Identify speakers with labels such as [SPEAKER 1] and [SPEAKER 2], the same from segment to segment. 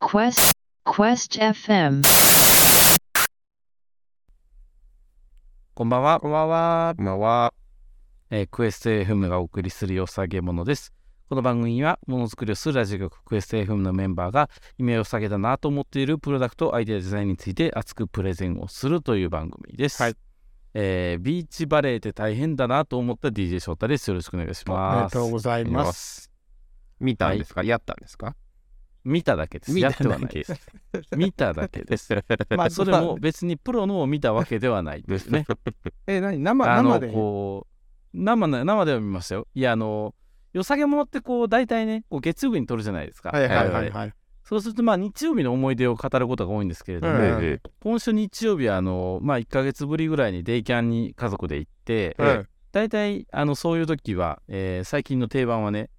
[SPEAKER 1] Quest Quest FM
[SPEAKER 2] こんばんは。
[SPEAKER 3] こんばんは。
[SPEAKER 2] こんばんは。えークエスト FM がお送りするよさげものです。この番組は、ものづくりをするラジオ局クエスト FM のメンバーが、今よさげだなと思っているプロダクト、アイデア、デザインについて熱くプレゼンをするという番組です。
[SPEAKER 3] はい
[SPEAKER 2] えービーチバレーって大変だなと思った DJ 翔太です。よろしくお願いし
[SPEAKER 3] ありが
[SPEAKER 2] ます。
[SPEAKER 3] とうございます。
[SPEAKER 2] す。
[SPEAKER 4] 見たんですか、やったんですか
[SPEAKER 2] 見ただけです。
[SPEAKER 4] 見た
[SPEAKER 2] やっ
[SPEAKER 4] だけ
[SPEAKER 2] てはないです。見ただけです。
[SPEAKER 3] まあ
[SPEAKER 2] それも別にプロのを見たわけではないで す ね。
[SPEAKER 3] え、何生
[SPEAKER 2] あの
[SPEAKER 3] 生で
[SPEAKER 2] こう生の生では見ましたよ。いやあのよさげものってこう大体ねこう月曜日に撮るじゃないですか。
[SPEAKER 3] はいはいは
[SPEAKER 2] 我
[SPEAKER 3] い
[SPEAKER 2] 々
[SPEAKER 3] はい。
[SPEAKER 2] そうするとまあ日曜日の思い出を語ることが多いんですけれども、
[SPEAKER 3] うん
[SPEAKER 4] ええ
[SPEAKER 2] 今週日曜日はあのまあ1ヶ月ぶりぐらいにデイキャンに家族で行って、
[SPEAKER 4] はい。
[SPEAKER 3] うん
[SPEAKER 2] 大体あのそういう時は、えー最近の定番はね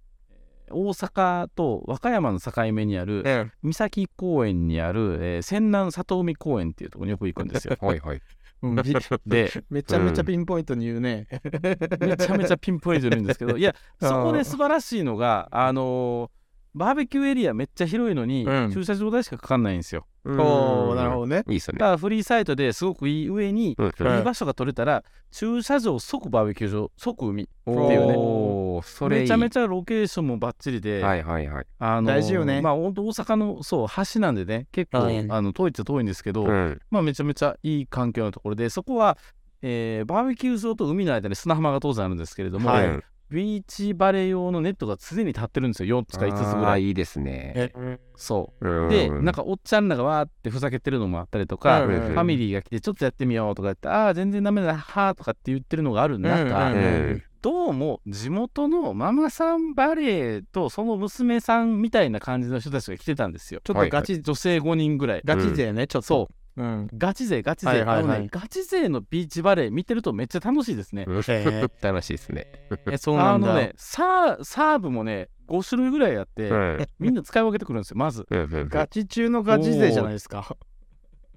[SPEAKER 2] 大阪と和歌山の境目にある
[SPEAKER 3] うん
[SPEAKER 2] 三崎公園にある、えー、泉南里海公園っていうところによく行くんですよ
[SPEAKER 4] はいはい。
[SPEAKER 3] うんび
[SPEAKER 2] で
[SPEAKER 3] めちゃめちゃピンポイントに言うね。
[SPEAKER 2] めちゃめちゃピンポイントにいるんですけど、いや、そこで素晴らしいのが、あのーバーベキューエリアめっちゃ広いのに、
[SPEAKER 3] うん
[SPEAKER 2] 駐車場代しかかかんないんですよ。
[SPEAKER 3] おー、なるほ
[SPEAKER 4] ど。
[SPEAKER 3] どね。
[SPEAKER 4] いいですよ
[SPEAKER 2] だ
[SPEAKER 4] ね。
[SPEAKER 2] からフリーサイトですごくいい上に、
[SPEAKER 4] うん
[SPEAKER 2] いい場所が取れたら、駐車場即バーベキュー場、即海。
[SPEAKER 4] お
[SPEAKER 2] っていうね
[SPEAKER 4] おーそれいい
[SPEAKER 2] めちゃめちゃロケーションもバッチリで、
[SPEAKER 4] はいはいはい。
[SPEAKER 2] あのー
[SPEAKER 3] 大事よね
[SPEAKER 2] まあ、本当大阪のそう橋なんでね、結構、
[SPEAKER 3] うん
[SPEAKER 2] あの遠いっちゃ遠いんですけど、
[SPEAKER 4] うん。
[SPEAKER 2] まあ、めちゃめちゃいい環境のところで、そこは、えーバーベキュー場と海の間に砂浜が当然あるんですけれども、
[SPEAKER 3] はい
[SPEAKER 4] うん
[SPEAKER 2] ビーチバレー用のネットが常に立ってるんですよ4つか5つぐ
[SPEAKER 4] あ
[SPEAKER 2] ら
[SPEAKER 4] ー
[SPEAKER 2] い
[SPEAKER 4] いいですね。
[SPEAKER 2] そううんでなん、かおっちゃんらがわーってふざけてるのもあったりとか、
[SPEAKER 3] うん
[SPEAKER 4] うん
[SPEAKER 2] ファミリーが来てちょっとやってみようとか言ってああ全然ダメだはーとかって言ってるのがある中、
[SPEAKER 3] う
[SPEAKER 4] うんん。
[SPEAKER 2] どうも地元のママさんバレーとその娘さんみたいな感じの人たちが来てたんですよ
[SPEAKER 3] ちょっとガチ、
[SPEAKER 2] 女性5人ぐらい
[SPEAKER 3] ガチ勢ね、ちょっと。。
[SPEAKER 2] そう
[SPEAKER 3] うん。
[SPEAKER 2] ガチ勢ガチ勢、
[SPEAKER 3] はいはいはい
[SPEAKER 2] あのねガチ勢のビーチバレー見てるとめっちゃ楽しいですね、
[SPEAKER 4] うん
[SPEAKER 3] え
[SPEAKER 4] 楽しいですね。
[SPEAKER 3] え、そうな
[SPEAKER 2] あ
[SPEAKER 3] んだ。
[SPEAKER 2] のねサーサーブもね5種類ぐらいあって、
[SPEAKER 4] うん
[SPEAKER 2] みんな使い分けてくるんですよまず
[SPEAKER 4] うんうんうん
[SPEAKER 3] ガチ中のガチ勢じゃないですか。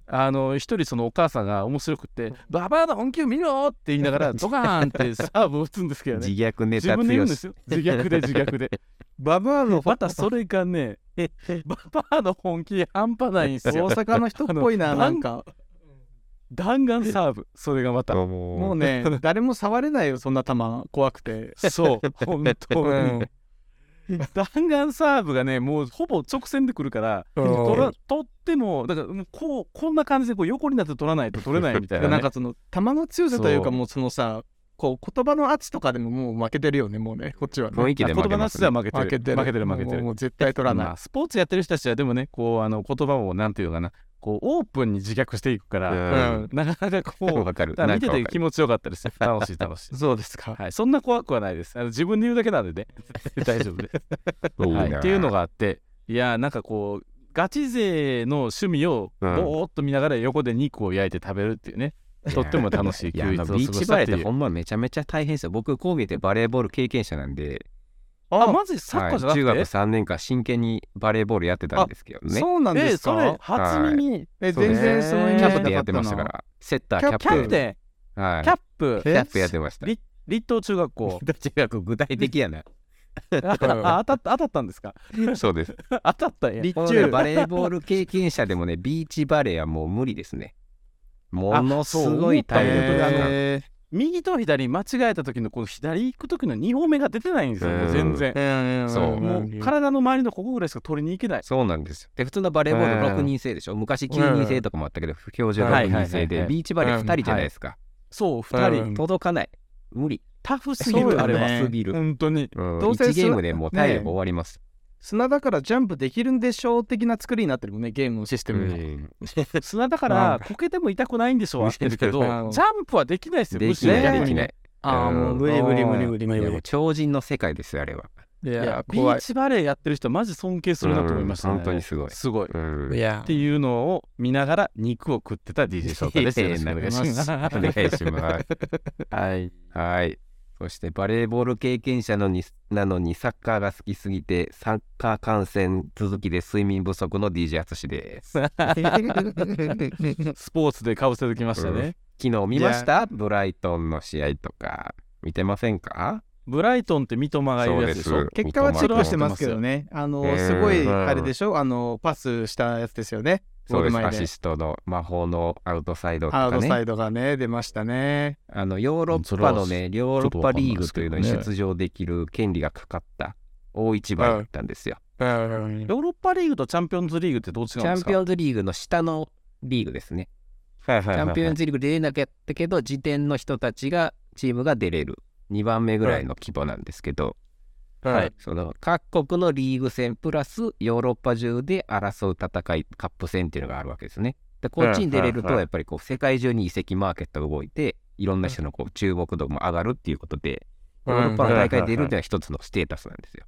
[SPEAKER 2] あの一人そのお母さんが面白くって「ババアの本気を見ろ!」って言いながらドカーンってサーブを打つんですけど
[SPEAKER 4] 自
[SPEAKER 2] ね
[SPEAKER 4] 虐ネ
[SPEAKER 2] 自
[SPEAKER 4] タ
[SPEAKER 2] 分で言
[SPEAKER 4] 強
[SPEAKER 2] うんで
[SPEAKER 4] し。
[SPEAKER 2] すよ自虐で自虐で
[SPEAKER 3] ババア の
[SPEAKER 2] またそれがねババアの本気半端ないんです
[SPEAKER 3] 大
[SPEAKER 2] よ
[SPEAKER 3] 阪の人っぽい
[SPEAKER 2] あ
[SPEAKER 3] な、
[SPEAKER 2] の
[SPEAKER 3] なんか。
[SPEAKER 2] 弾丸サーブそれがまた
[SPEAKER 4] どうも
[SPEAKER 3] もう ね、誰も触れないよ、そんな球。怖くて。
[SPEAKER 2] そう本
[SPEAKER 3] う
[SPEAKER 2] 当に
[SPEAKER 3] ん。
[SPEAKER 2] 弾丸サーブがねもうほぼ直線でくるから取ら取ってもだからもうこうこんな感じでこう横になって取らないと取れないみたいな、ね、
[SPEAKER 3] なんかその、球の強さという
[SPEAKER 2] そ
[SPEAKER 3] か、
[SPEAKER 2] う
[SPEAKER 3] もうそのさ、こう、言葉の圧とかでももう負けてるよね、もうね、こっちはね。
[SPEAKER 4] 雰囲気
[SPEAKER 2] あ
[SPEAKER 4] で
[SPEAKER 2] 言
[SPEAKER 4] 負け
[SPEAKER 2] 葉
[SPEAKER 4] ま
[SPEAKER 2] の
[SPEAKER 4] す
[SPEAKER 2] 質
[SPEAKER 4] ね
[SPEAKER 2] は。負けてる負けてる負けてる
[SPEAKER 3] もうもうもう絶対取ら
[SPEAKER 2] ま
[SPEAKER 3] な
[SPEAKER 2] あスポーツやってる人たちはでもねこうあの言葉をなんていうかなこうオープンに自虐していくか
[SPEAKER 4] う
[SPEAKER 2] ら、
[SPEAKER 4] ん
[SPEAKER 2] なかなかこう
[SPEAKER 4] わかる。
[SPEAKER 2] だか
[SPEAKER 4] な
[SPEAKER 2] ら
[SPEAKER 4] ん
[SPEAKER 2] 見て
[SPEAKER 4] か
[SPEAKER 2] て
[SPEAKER 4] わか
[SPEAKER 2] 気
[SPEAKER 4] る
[SPEAKER 2] 持ちよかっ たですよ楽しい楽しい
[SPEAKER 3] い。そうです か。
[SPEAKER 2] はい、そんな怖くはないですあの自分で言うだけなんで ね大丈夫で
[SPEAKER 4] いい
[SPEAKER 2] はい、
[SPEAKER 4] な
[SPEAKER 2] っていうのがあっていやーなんかこうガチ勢の趣味をぼ
[SPEAKER 4] うん
[SPEAKER 2] ーっと見ながら横で肉を焼いて食べるっていうね、とっても楽しい
[SPEAKER 4] いや
[SPEAKER 2] 休
[SPEAKER 4] あ
[SPEAKER 2] 日を
[SPEAKER 4] の
[SPEAKER 2] 過ご
[SPEAKER 4] ビーチ
[SPEAKER 2] し
[SPEAKER 4] バ
[SPEAKER 2] た
[SPEAKER 4] レー
[SPEAKER 2] って
[SPEAKER 4] っ
[SPEAKER 2] い
[SPEAKER 4] て
[SPEAKER 2] う
[SPEAKER 4] ほんまめちゃめちゃ大変ですよ。僕、工芸でバレーボール経験者なんで、
[SPEAKER 2] あマジでサッカーじゃ
[SPEAKER 4] 中
[SPEAKER 2] なく
[SPEAKER 4] 学
[SPEAKER 2] て、
[SPEAKER 4] 3年間真剣にバレーボールやってたんですけどね。
[SPEAKER 3] そうなん
[SPEAKER 2] え
[SPEAKER 3] です
[SPEAKER 2] そ
[SPEAKER 3] か。
[SPEAKER 2] れ初耳、
[SPEAKER 3] え
[SPEAKER 4] そうね
[SPEAKER 3] 全然そのイメー
[SPEAKER 4] キ
[SPEAKER 3] ジな
[SPEAKER 4] ャプ
[SPEAKER 3] かっ
[SPEAKER 4] テ
[SPEAKER 3] た
[SPEAKER 4] ンやってましたか
[SPEAKER 3] な。
[SPEAKER 4] ら。セッター、
[SPEAKER 3] キ
[SPEAKER 4] キ
[SPEAKER 3] ャ
[SPEAKER 4] ャ
[SPEAKER 3] プ
[SPEAKER 4] プ
[SPEAKER 2] キャ
[SPEAKER 4] テン。
[SPEAKER 2] プテ
[SPEAKER 4] は
[SPEAKER 2] ン
[SPEAKER 4] い
[SPEAKER 2] キャップ
[SPEAKER 4] キャップやってました。
[SPEAKER 2] 立立東中学 校
[SPEAKER 4] 中学具体的やな。
[SPEAKER 2] あ当たった当たったんですか
[SPEAKER 4] そうです。
[SPEAKER 2] 当たったんや
[SPEAKER 3] 立
[SPEAKER 4] このね
[SPEAKER 3] 中
[SPEAKER 4] バレーボール経験者でもね、ビーチバレーはもう無理ですね。ものすごい体力が
[SPEAKER 2] あそう思った
[SPEAKER 4] か
[SPEAKER 2] よ右と左間違えた時のこの左行く時の2歩目が出てないんですよ、
[SPEAKER 4] うん
[SPEAKER 2] 全然、
[SPEAKER 3] え
[SPEAKER 4] そう
[SPEAKER 2] もう体の周りのここぐらいしか取りに行けない
[SPEAKER 4] そうなんですよ。で、普通のバレーボール6人制でしょ。昔9人制とかもあったけど、標準
[SPEAKER 2] はい
[SPEAKER 4] 6
[SPEAKER 2] はいはいはい
[SPEAKER 4] 人制で、ビーチバレー2人じゃないですか。
[SPEAKER 2] そう2人、
[SPEAKER 3] うん
[SPEAKER 4] 届かない。無理。
[SPEAKER 2] タフす
[SPEAKER 4] す
[SPEAKER 2] ぎ
[SPEAKER 4] ぎ
[SPEAKER 2] る、
[SPEAKER 4] る、
[SPEAKER 2] あ
[SPEAKER 4] あ
[SPEAKER 2] れ
[SPEAKER 4] れ
[SPEAKER 2] は
[SPEAKER 4] はすぎる。
[SPEAKER 2] 本当に
[SPEAKER 4] うん、
[SPEAKER 3] どうせ
[SPEAKER 4] 1ゲームでもう体力終わります。
[SPEAKER 3] 砂だからジャンプできるんでしょう的な作りになってるもんねゲームのシステム が。
[SPEAKER 4] うん
[SPEAKER 2] 砂だからこけても痛くないん でしょうは知ってるけどジ
[SPEAKER 3] うん
[SPEAKER 2] ャンプはできないですよ
[SPEAKER 4] で
[SPEAKER 2] む
[SPEAKER 4] き
[SPEAKER 2] しろ
[SPEAKER 4] ない、
[SPEAKER 3] ね
[SPEAKER 4] できない。
[SPEAKER 3] ああもう無理無理無理無理無
[SPEAKER 4] い
[SPEAKER 3] 理
[SPEAKER 4] や
[SPEAKER 3] 無
[SPEAKER 4] も
[SPEAKER 3] 理
[SPEAKER 4] う。超人の世界ですよ、あれは。
[SPEAKER 3] い
[SPEAKER 2] いや
[SPEAKER 3] や
[SPEAKER 2] ビー
[SPEAKER 3] 怖い。
[SPEAKER 2] チバレーやってる人マジ尊敬するなと思いましたね、
[SPEAKER 4] うん本当にすごい。
[SPEAKER 2] すごい
[SPEAKER 4] うん
[SPEAKER 3] いや
[SPEAKER 2] っていうのを見ながら肉を食ってた DJ 翔太です。よろしくお願いします。
[SPEAKER 4] お願いします。
[SPEAKER 2] はい。
[SPEAKER 4] はい。そしてバレーボール経験者のになのにサッカーが好きすぎてサッカー観戦続きで睡眠不足の DJ 淳です。
[SPEAKER 2] スポーツでかぶせてきましたね。
[SPEAKER 4] 昨日見ましたブライトンの試合とか見てませんか
[SPEAKER 2] ブライトンって三笘がいるやつでし
[SPEAKER 4] そう
[SPEAKER 2] ょ
[SPEAKER 4] で。
[SPEAKER 3] 結果は
[SPEAKER 4] 三
[SPEAKER 3] ち
[SPEAKER 4] 笘
[SPEAKER 3] ょっとしてますけ どね。あの、
[SPEAKER 4] うん
[SPEAKER 3] すごい、あれでしょあの、パスしたやつですよね。
[SPEAKER 4] そうです
[SPEAKER 3] ゴール
[SPEAKER 4] ア
[SPEAKER 3] 前で
[SPEAKER 4] シストの魔法のアウトサイドと
[SPEAKER 3] アウ
[SPEAKER 4] か
[SPEAKER 3] トサ
[SPEAKER 4] ね
[SPEAKER 3] イドがね、出ましたね。
[SPEAKER 4] あのヨーロッパのねヨーロッパリーグというのに
[SPEAKER 2] ちょっと
[SPEAKER 4] 出
[SPEAKER 2] わかんないですけどね
[SPEAKER 4] 場できる権利がかかった大一番だったんですよ、
[SPEAKER 3] うん
[SPEAKER 2] ヨーロッパリーグとチャンピオンズリーグってどっち
[SPEAKER 4] チ
[SPEAKER 2] な
[SPEAKER 4] ャ
[SPEAKER 2] んです
[SPEAKER 4] ン
[SPEAKER 2] か
[SPEAKER 4] ピオンズリーグの下のリーグですね
[SPEAKER 2] はいはい
[SPEAKER 4] チ
[SPEAKER 2] はい
[SPEAKER 4] ャ
[SPEAKER 2] は
[SPEAKER 4] ン
[SPEAKER 2] い
[SPEAKER 4] ピオンズリーグ出れなかったけど時点の人たちがチームが出れる2番目ぐらいの規模なんですけど、
[SPEAKER 2] はい
[SPEAKER 4] その各国のリーグ戦プラスヨーロッパ中で争う戦いカップ戦っていうのがあるわけですね。でこっちに出れる
[SPEAKER 2] うんうん
[SPEAKER 4] と
[SPEAKER 2] うん
[SPEAKER 4] やっぱりこう世界中に移籍マーケットが動いていろんな人のこう注目度も上がるっていうことでヨーロッパの大会に出るっていうのは一つのステータスなんですよ。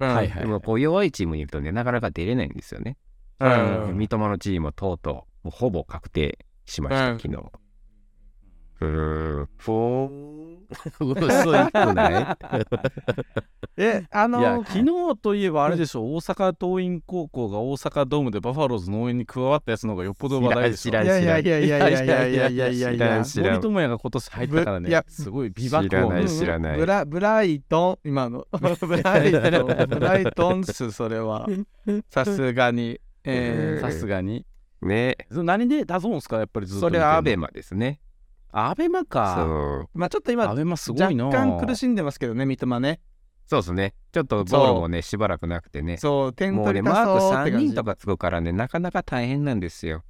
[SPEAKER 2] はいはい
[SPEAKER 4] でもこう弱いチームにいるとねなかなか出れないんですよね。
[SPEAKER 3] うん
[SPEAKER 4] 三笘のチームはとうとうもうほぼ確定しました、
[SPEAKER 3] うん
[SPEAKER 4] 昨日。うーん、フォーン。薄くない
[SPEAKER 3] え、あの
[SPEAKER 2] いや昨日といえばあれでしょ、大阪桐蔭高校が大阪ドームでバファローズの応援に加わったやつの方がよっぽど話題でしょ
[SPEAKER 4] 知らん
[SPEAKER 3] いやいやいやいやいやいやいやいやいやい
[SPEAKER 4] 知ら
[SPEAKER 3] や
[SPEAKER 4] ん知らん
[SPEAKER 2] 森友哉が今年入ったから
[SPEAKER 3] ぶい
[SPEAKER 2] ね
[SPEAKER 3] や
[SPEAKER 2] すごい美爆
[SPEAKER 4] 知
[SPEAKER 2] 音
[SPEAKER 4] らない
[SPEAKER 2] うん
[SPEAKER 4] 知らない
[SPEAKER 3] ブラブライト ン今のブライトンブライトンっすそれはさすがに、えー
[SPEAKER 2] さすがに
[SPEAKER 4] ね
[SPEAKER 2] それ何で出すんすかやっぱりずっと
[SPEAKER 4] それはアベ
[SPEAKER 2] マ
[SPEAKER 4] マですね。
[SPEAKER 2] アベマか
[SPEAKER 4] そう
[SPEAKER 3] まあちょっと
[SPEAKER 2] ア
[SPEAKER 3] 今
[SPEAKER 2] ベマすご
[SPEAKER 3] 若
[SPEAKER 2] いな
[SPEAKER 3] 干苦しんでますけどね三笘ね
[SPEAKER 4] そうですね。ちょっとボールもね、しばらくなくてね。
[SPEAKER 3] そう点
[SPEAKER 4] もう
[SPEAKER 3] 取
[SPEAKER 4] ね、
[SPEAKER 3] り
[SPEAKER 4] マ
[SPEAKER 3] たそう
[SPEAKER 4] ー
[SPEAKER 3] っ
[SPEAKER 4] ク
[SPEAKER 3] て
[SPEAKER 4] 3
[SPEAKER 3] 感
[SPEAKER 4] 人
[SPEAKER 3] じ
[SPEAKER 4] とかつくからね、なかなか大変なんですよ。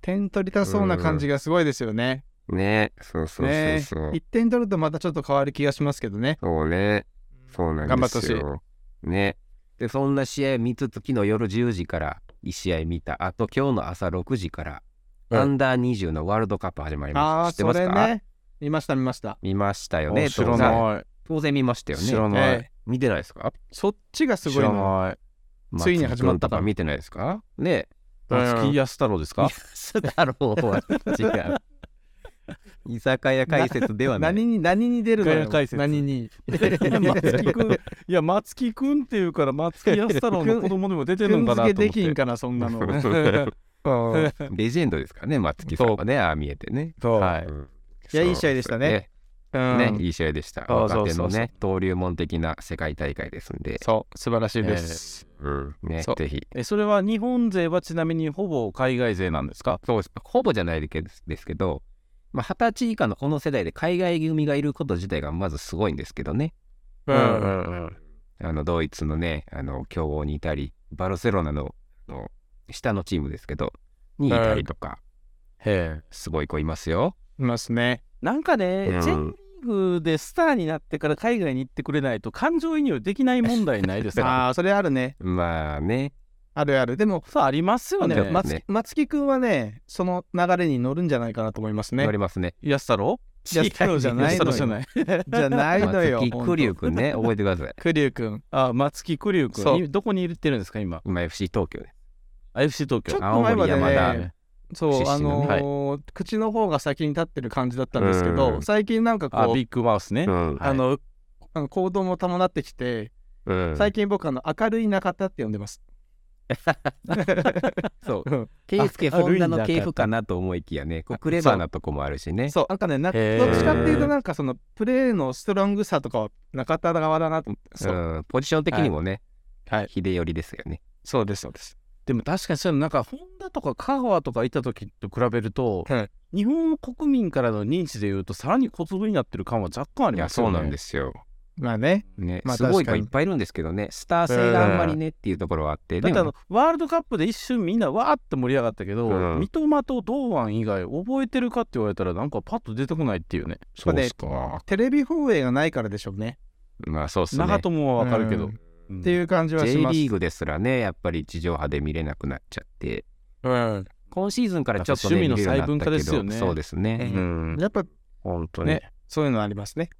[SPEAKER 3] 点取りたそうな感じがすごいですよね
[SPEAKER 4] ねそうそうそう
[SPEAKER 3] ね
[SPEAKER 4] そう。
[SPEAKER 3] 一点取るとまたちょっと変わる気がしますけどね
[SPEAKER 4] そうね。そうなん
[SPEAKER 3] 頑
[SPEAKER 4] で
[SPEAKER 3] 張ってほ
[SPEAKER 4] す
[SPEAKER 3] しい
[SPEAKER 4] よ。ね。で、そんな試合見つつ、昨日夜10時から1試合見た。あと、今日の朝6時から、
[SPEAKER 3] はい
[SPEAKER 4] アンダー20のワールドカップ始まり
[SPEAKER 3] あ
[SPEAKER 4] ま
[SPEAKER 3] あ
[SPEAKER 4] した。知ってま
[SPEAKER 3] そ
[SPEAKER 4] す
[SPEAKER 3] れ
[SPEAKER 4] か、
[SPEAKER 3] ね見ました見ました
[SPEAKER 4] 見ましたよね。
[SPEAKER 2] 知
[SPEAKER 4] 当
[SPEAKER 2] ら
[SPEAKER 4] 然
[SPEAKER 2] ない
[SPEAKER 4] 当然見ましたよね。
[SPEAKER 2] 知らない
[SPEAKER 3] ええ
[SPEAKER 4] 見てないですか
[SPEAKER 3] そっちがすごい
[SPEAKER 2] 知ら
[SPEAKER 3] の
[SPEAKER 2] ない
[SPEAKER 3] ついに始まったか
[SPEAKER 4] 松井君と見てないですかね
[SPEAKER 3] うん
[SPEAKER 2] 松木安太郎ですか
[SPEAKER 4] 安太郎は違う。居酒屋解説ではない。
[SPEAKER 3] 何に何に出るの
[SPEAKER 2] ガヤ
[SPEAKER 3] よ
[SPEAKER 2] 解説
[SPEAKER 3] 何に
[SPEAKER 2] 松木君いや松木君っていうから松木安太郎の子供でも出てる
[SPEAKER 3] 君
[SPEAKER 2] のかなと思っ
[SPEAKER 3] 付け
[SPEAKER 2] て
[SPEAKER 3] できんかなそんなの
[SPEAKER 4] レジェンドですからね、松木さんはね、ああ見えてね。
[SPEAKER 2] そう
[SPEAKER 4] はい。
[SPEAKER 3] いやいい試合でしたね
[SPEAKER 4] そう
[SPEAKER 3] う
[SPEAKER 4] ね。
[SPEAKER 3] ん
[SPEAKER 4] ね、いい試合でした。
[SPEAKER 2] そうそ
[SPEAKER 4] 若
[SPEAKER 2] う
[SPEAKER 4] 手
[SPEAKER 2] そ
[SPEAKER 4] の
[SPEAKER 2] うそう
[SPEAKER 4] ね、登竜門的な世界大会ですんで、
[SPEAKER 3] そう素晴らしいです、
[SPEAKER 4] うんね
[SPEAKER 3] そう、
[SPEAKER 4] ぜひ。
[SPEAKER 2] えそれは日本勢はちなみにほぼ海外勢なんですか
[SPEAKER 4] そうですほぼじゃないけどですけど、まあ、二十歳以下のこの世代で海外組がいること自体がまずすごいんですけどね。
[SPEAKER 3] うん
[SPEAKER 4] あのドイツのね、あの強豪にいたり、バルセロナのあの下のチームですけど、にいたりとか、
[SPEAKER 2] へえ
[SPEAKER 4] すごい子いますよ。
[SPEAKER 3] いますね
[SPEAKER 2] なんかね、
[SPEAKER 4] うん
[SPEAKER 2] チェンリーグでスターになってから海外に行ってくれないと感情移入できない問題ないですか
[SPEAKER 3] ああそれあるね
[SPEAKER 4] まあね、
[SPEAKER 3] あるあるでも
[SPEAKER 2] そうありますよ
[SPEAKER 4] そうだ
[SPEAKER 2] ね
[SPEAKER 4] よ
[SPEAKER 2] ま
[SPEAKER 3] 松木松木君はねその流れに乗るんじゃないかなと思いますね
[SPEAKER 4] 乗りますね。
[SPEAKER 2] 安太郎
[SPEAKER 3] 安太郎じ ゃないの
[SPEAKER 2] 安太
[SPEAKER 3] よ
[SPEAKER 2] 郎じゃない
[SPEAKER 3] じゃないのよ
[SPEAKER 4] 松木玖生くんね、覚えてください。
[SPEAKER 3] クリュウ君
[SPEAKER 2] あ松木玖生
[SPEAKER 3] そう
[SPEAKER 2] 君いどこにいってるんですか今
[SPEAKER 4] 今 FC 東京ね。
[SPEAKER 2] IFC 東
[SPEAKER 3] ちょっ
[SPEAKER 2] 京
[SPEAKER 3] と前まで
[SPEAKER 4] 青森山
[SPEAKER 3] ねそう
[SPEAKER 4] 出
[SPEAKER 3] あ
[SPEAKER 4] 身の
[SPEAKER 3] の
[SPEAKER 4] ね
[SPEAKER 3] ー口の方が先に立ってる感じだったんですけど、
[SPEAKER 4] うん
[SPEAKER 3] 最近なんか
[SPEAKER 2] あ
[SPEAKER 3] こう
[SPEAKER 2] ビッグマウスね、
[SPEAKER 4] ん
[SPEAKER 3] あのあの行動も伴ってきて、最近僕あの明るい中田って呼んでます。
[SPEAKER 4] そう
[SPEAKER 3] うん
[SPEAKER 4] ケイスケ、
[SPEAKER 2] ああ
[SPEAKER 4] ホンダ
[SPEAKER 2] ルインだ
[SPEAKER 4] の
[SPEAKER 2] から
[SPEAKER 4] 系譜かなと思いきやね、こうクレバーなとこもあるしね。
[SPEAKER 3] そうなんかねなど
[SPEAKER 2] へー
[SPEAKER 3] っちかっていうとなんかそのプレーのストロングさとかは中田側だなと思ってそう,、
[SPEAKER 4] うんポジション的にもね、
[SPEAKER 2] はいはい
[SPEAKER 4] 秀頼ですよね。
[SPEAKER 3] そうですそうです。
[SPEAKER 2] でも確かにそういうのなんか本田とか香川とかいた時と比べると、
[SPEAKER 3] はい
[SPEAKER 2] 日本国民からの認知でいうとさらに小粒になってる感は若干あ
[SPEAKER 4] い
[SPEAKER 2] り
[SPEAKER 4] や、
[SPEAKER 2] ます
[SPEAKER 4] そ
[SPEAKER 2] よ
[SPEAKER 4] う
[SPEAKER 2] ね
[SPEAKER 4] なんですよ。
[SPEAKER 3] まあね
[SPEAKER 4] ね、
[SPEAKER 3] まあ
[SPEAKER 4] すごい
[SPEAKER 3] 確
[SPEAKER 4] 子
[SPEAKER 3] か
[SPEAKER 4] い
[SPEAKER 3] に
[SPEAKER 4] っぱいいるんですけどね、スター性があんまりねっていうところはあって、
[SPEAKER 2] だってあ
[SPEAKER 4] も
[SPEAKER 2] のワールドカップで一瞬みんなわーって盛り上がったけど、
[SPEAKER 4] うん
[SPEAKER 2] 三笘と堂安以外覚えてるかって言われたらなんかパッと出てこないっていうね
[SPEAKER 4] そうっすか。
[SPEAKER 3] テレビ放映がないからでしょうね。
[SPEAKER 4] まあそうっすね。
[SPEAKER 2] 長友はわかるけど、
[SPEAKER 3] う
[SPEAKER 2] うん
[SPEAKER 3] っていう感じは
[SPEAKER 4] J
[SPEAKER 3] します。
[SPEAKER 4] リーグですらね、やっぱり地上波で見れなくなっちゃって、
[SPEAKER 3] うん、
[SPEAKER 4] 今シーズンからちょっと、ね、
[SPEAKER 2] 趣味の
[SPEAKER 4] 見れるようになったけど
[SPEAKER 2] 細分化ですよね
[SPEAKER 4] そうですね。
[SPEAKER 3] うんやっぱ
[SPEAKER 4] 本当
[SPEAKER 3] ねそういうのありますね。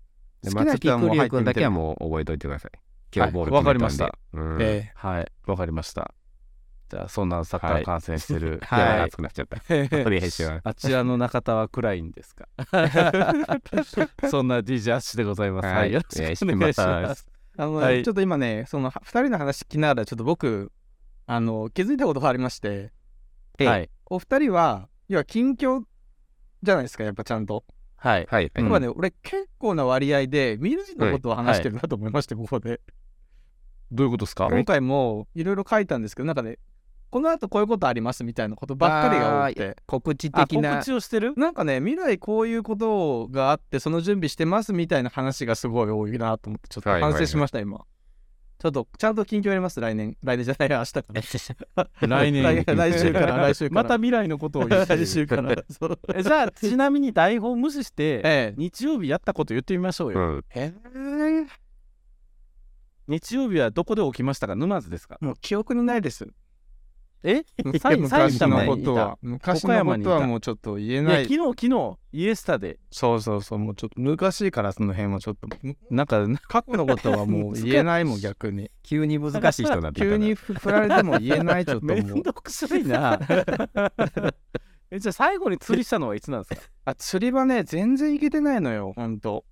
[SPEAKER 4] で
[SPEAKER 3] 好きな
[SPEAKER 4] 松木
[SPEAKER 3] 人はもう
[SPEAKER 4] 玖生
[SPEAKER 3] 入ってみ
[SPEAKER 4] 君
[SPEAKER 3] て
[SPEAKER 4] だけはもう覚えておいてください。今日ゴール
[SPEAKER 2] はい
[SPEAKER 4] 決めたんで。
[SPEAKER 2] わかりまし
[SPEAKER 4] う
[SPEAKER 2] た
[SPEAKER 4] ん。
[SPEAKER 3] え
[SPEAKER 2] はいわかりましたじゃあそんなサッカ
[SPEAKER 4] は
[SPEAKER 2] ー
[SPEAKER 4] い
[SPEAKER 2] 観戦してる、
[SPEAKER 4] はい。
[SPEAKER 2] はい
[SPEAKER 4] 熱くなっちゃった。
[SPEAKER 3] え
[SPEAKER 4] お願いします。
[SPEAKER 2] あちらの中田は暗いんですか そんな DJ アッシュでございます、は、
[SPEAKER 4] はいい
[SPEAKER 2] よろしくお願いし
[SPEAKER 4] お願いし
[SPEAKER 2] ま
[SPEAKER 4] ます
[SPEAKER 3] あの、
[SPEAKER 2] はい
[SPEAKER 3] ちょっと今ね、そのは二人の話聞きながら、ちょっと僕、あの、気づいたことがありまして、
[SPEAKER 4] ええ
[SPEAKER 2] はい
[SPEAKER 3] お二人は、要は近況じゃないですか、やっぱちゃんと。
[SPEAKER 2] は
[SPEAKER 4] は
[SPEAKER 2] い。
[SPEAKER 4] いはい。
[SPEAKER 2] うん
[SPEAKER 3] 今ね、俺結構な割合で未来のことを話してるなと思いまして、ここで。
[SPEAKER 2] どういうことですか
[SPEAKER 3] 今回もいろいろ書いたんですけど、なんかね、この後こういうことありますみたいなことばっかりが多くて。
[SPEAKER 4] 告知
[SPEAKER 2] あ
[SPEAKER 4] 的な
[SPEAKER 2] 告知をしてる
[SPEAKER 3] なんかね、未来こういうことがあって、その準備してますみたいな話がすごい多いなと思って、ちょっと
[SPEAKER 4] はいはいはい
[SPEAKER 3] 反省しました、今。ちょっと、ちゃんと近況やります、来年。来年じゃない、明日から。
[SPEAKER 2] 来年
[SPEAKER 3] 来。来週 から、 来週から。
[SPEAKER 2] また未来のことを言ってる
[SPEAKER 3] 来 週から。そう
[SPEAKER 2] えじゃあ、ちなみに台本無視して、
[SPEAKER 3] ええ。
[SPEAKER 2] 日曜日やったこと言ってみましょ う
[SPEAKER 4] う
[SPEAKER 2] よ。
[SPEAKER 4] ん
[SPEAKER 3] え
[SPEAKER 2] 日曜日はどこで起きましたか沼津ですか
[SPEAKER 3] もう記憶にないです。
[SPEAKER 2] え
[SPEAKER 3] いや昔の
[SPEAKER 2] こ
[SPEAKER 3] こと
[SPEAKER 2] と
[SPEAKER 3] は
[SPEAKER 2] は。
[SPEAKER 3] 昔のことはもうちょっと言え
[SPEAKER 2] い
[SPEAKER 3] な
[SPEAKER 2] や、
[SPEAKER 3] い
[SPEAKER 2] 昨日、昨日、イエスタで。
[SPEAKER 3] そうそうそうもうちょっと難しいからその辺はちょっと
[SPEAKER 2] なんか、
[SPEAKER 3] 過去のこと はもう言えないもん逆に
[SPEAKER 4] 急に難しい人になってきたな
[SPEAKER 3] 急に振られても言えないちょっと も
[SPEAKER 2] めん
[SPEAKER 3] う
[SPEAKER 2] どくさい な。えじゃあ、最後に釣りしたのはいつなんですか
[SPEAKER 3] あ釣り場ね全然行けてないのよほんと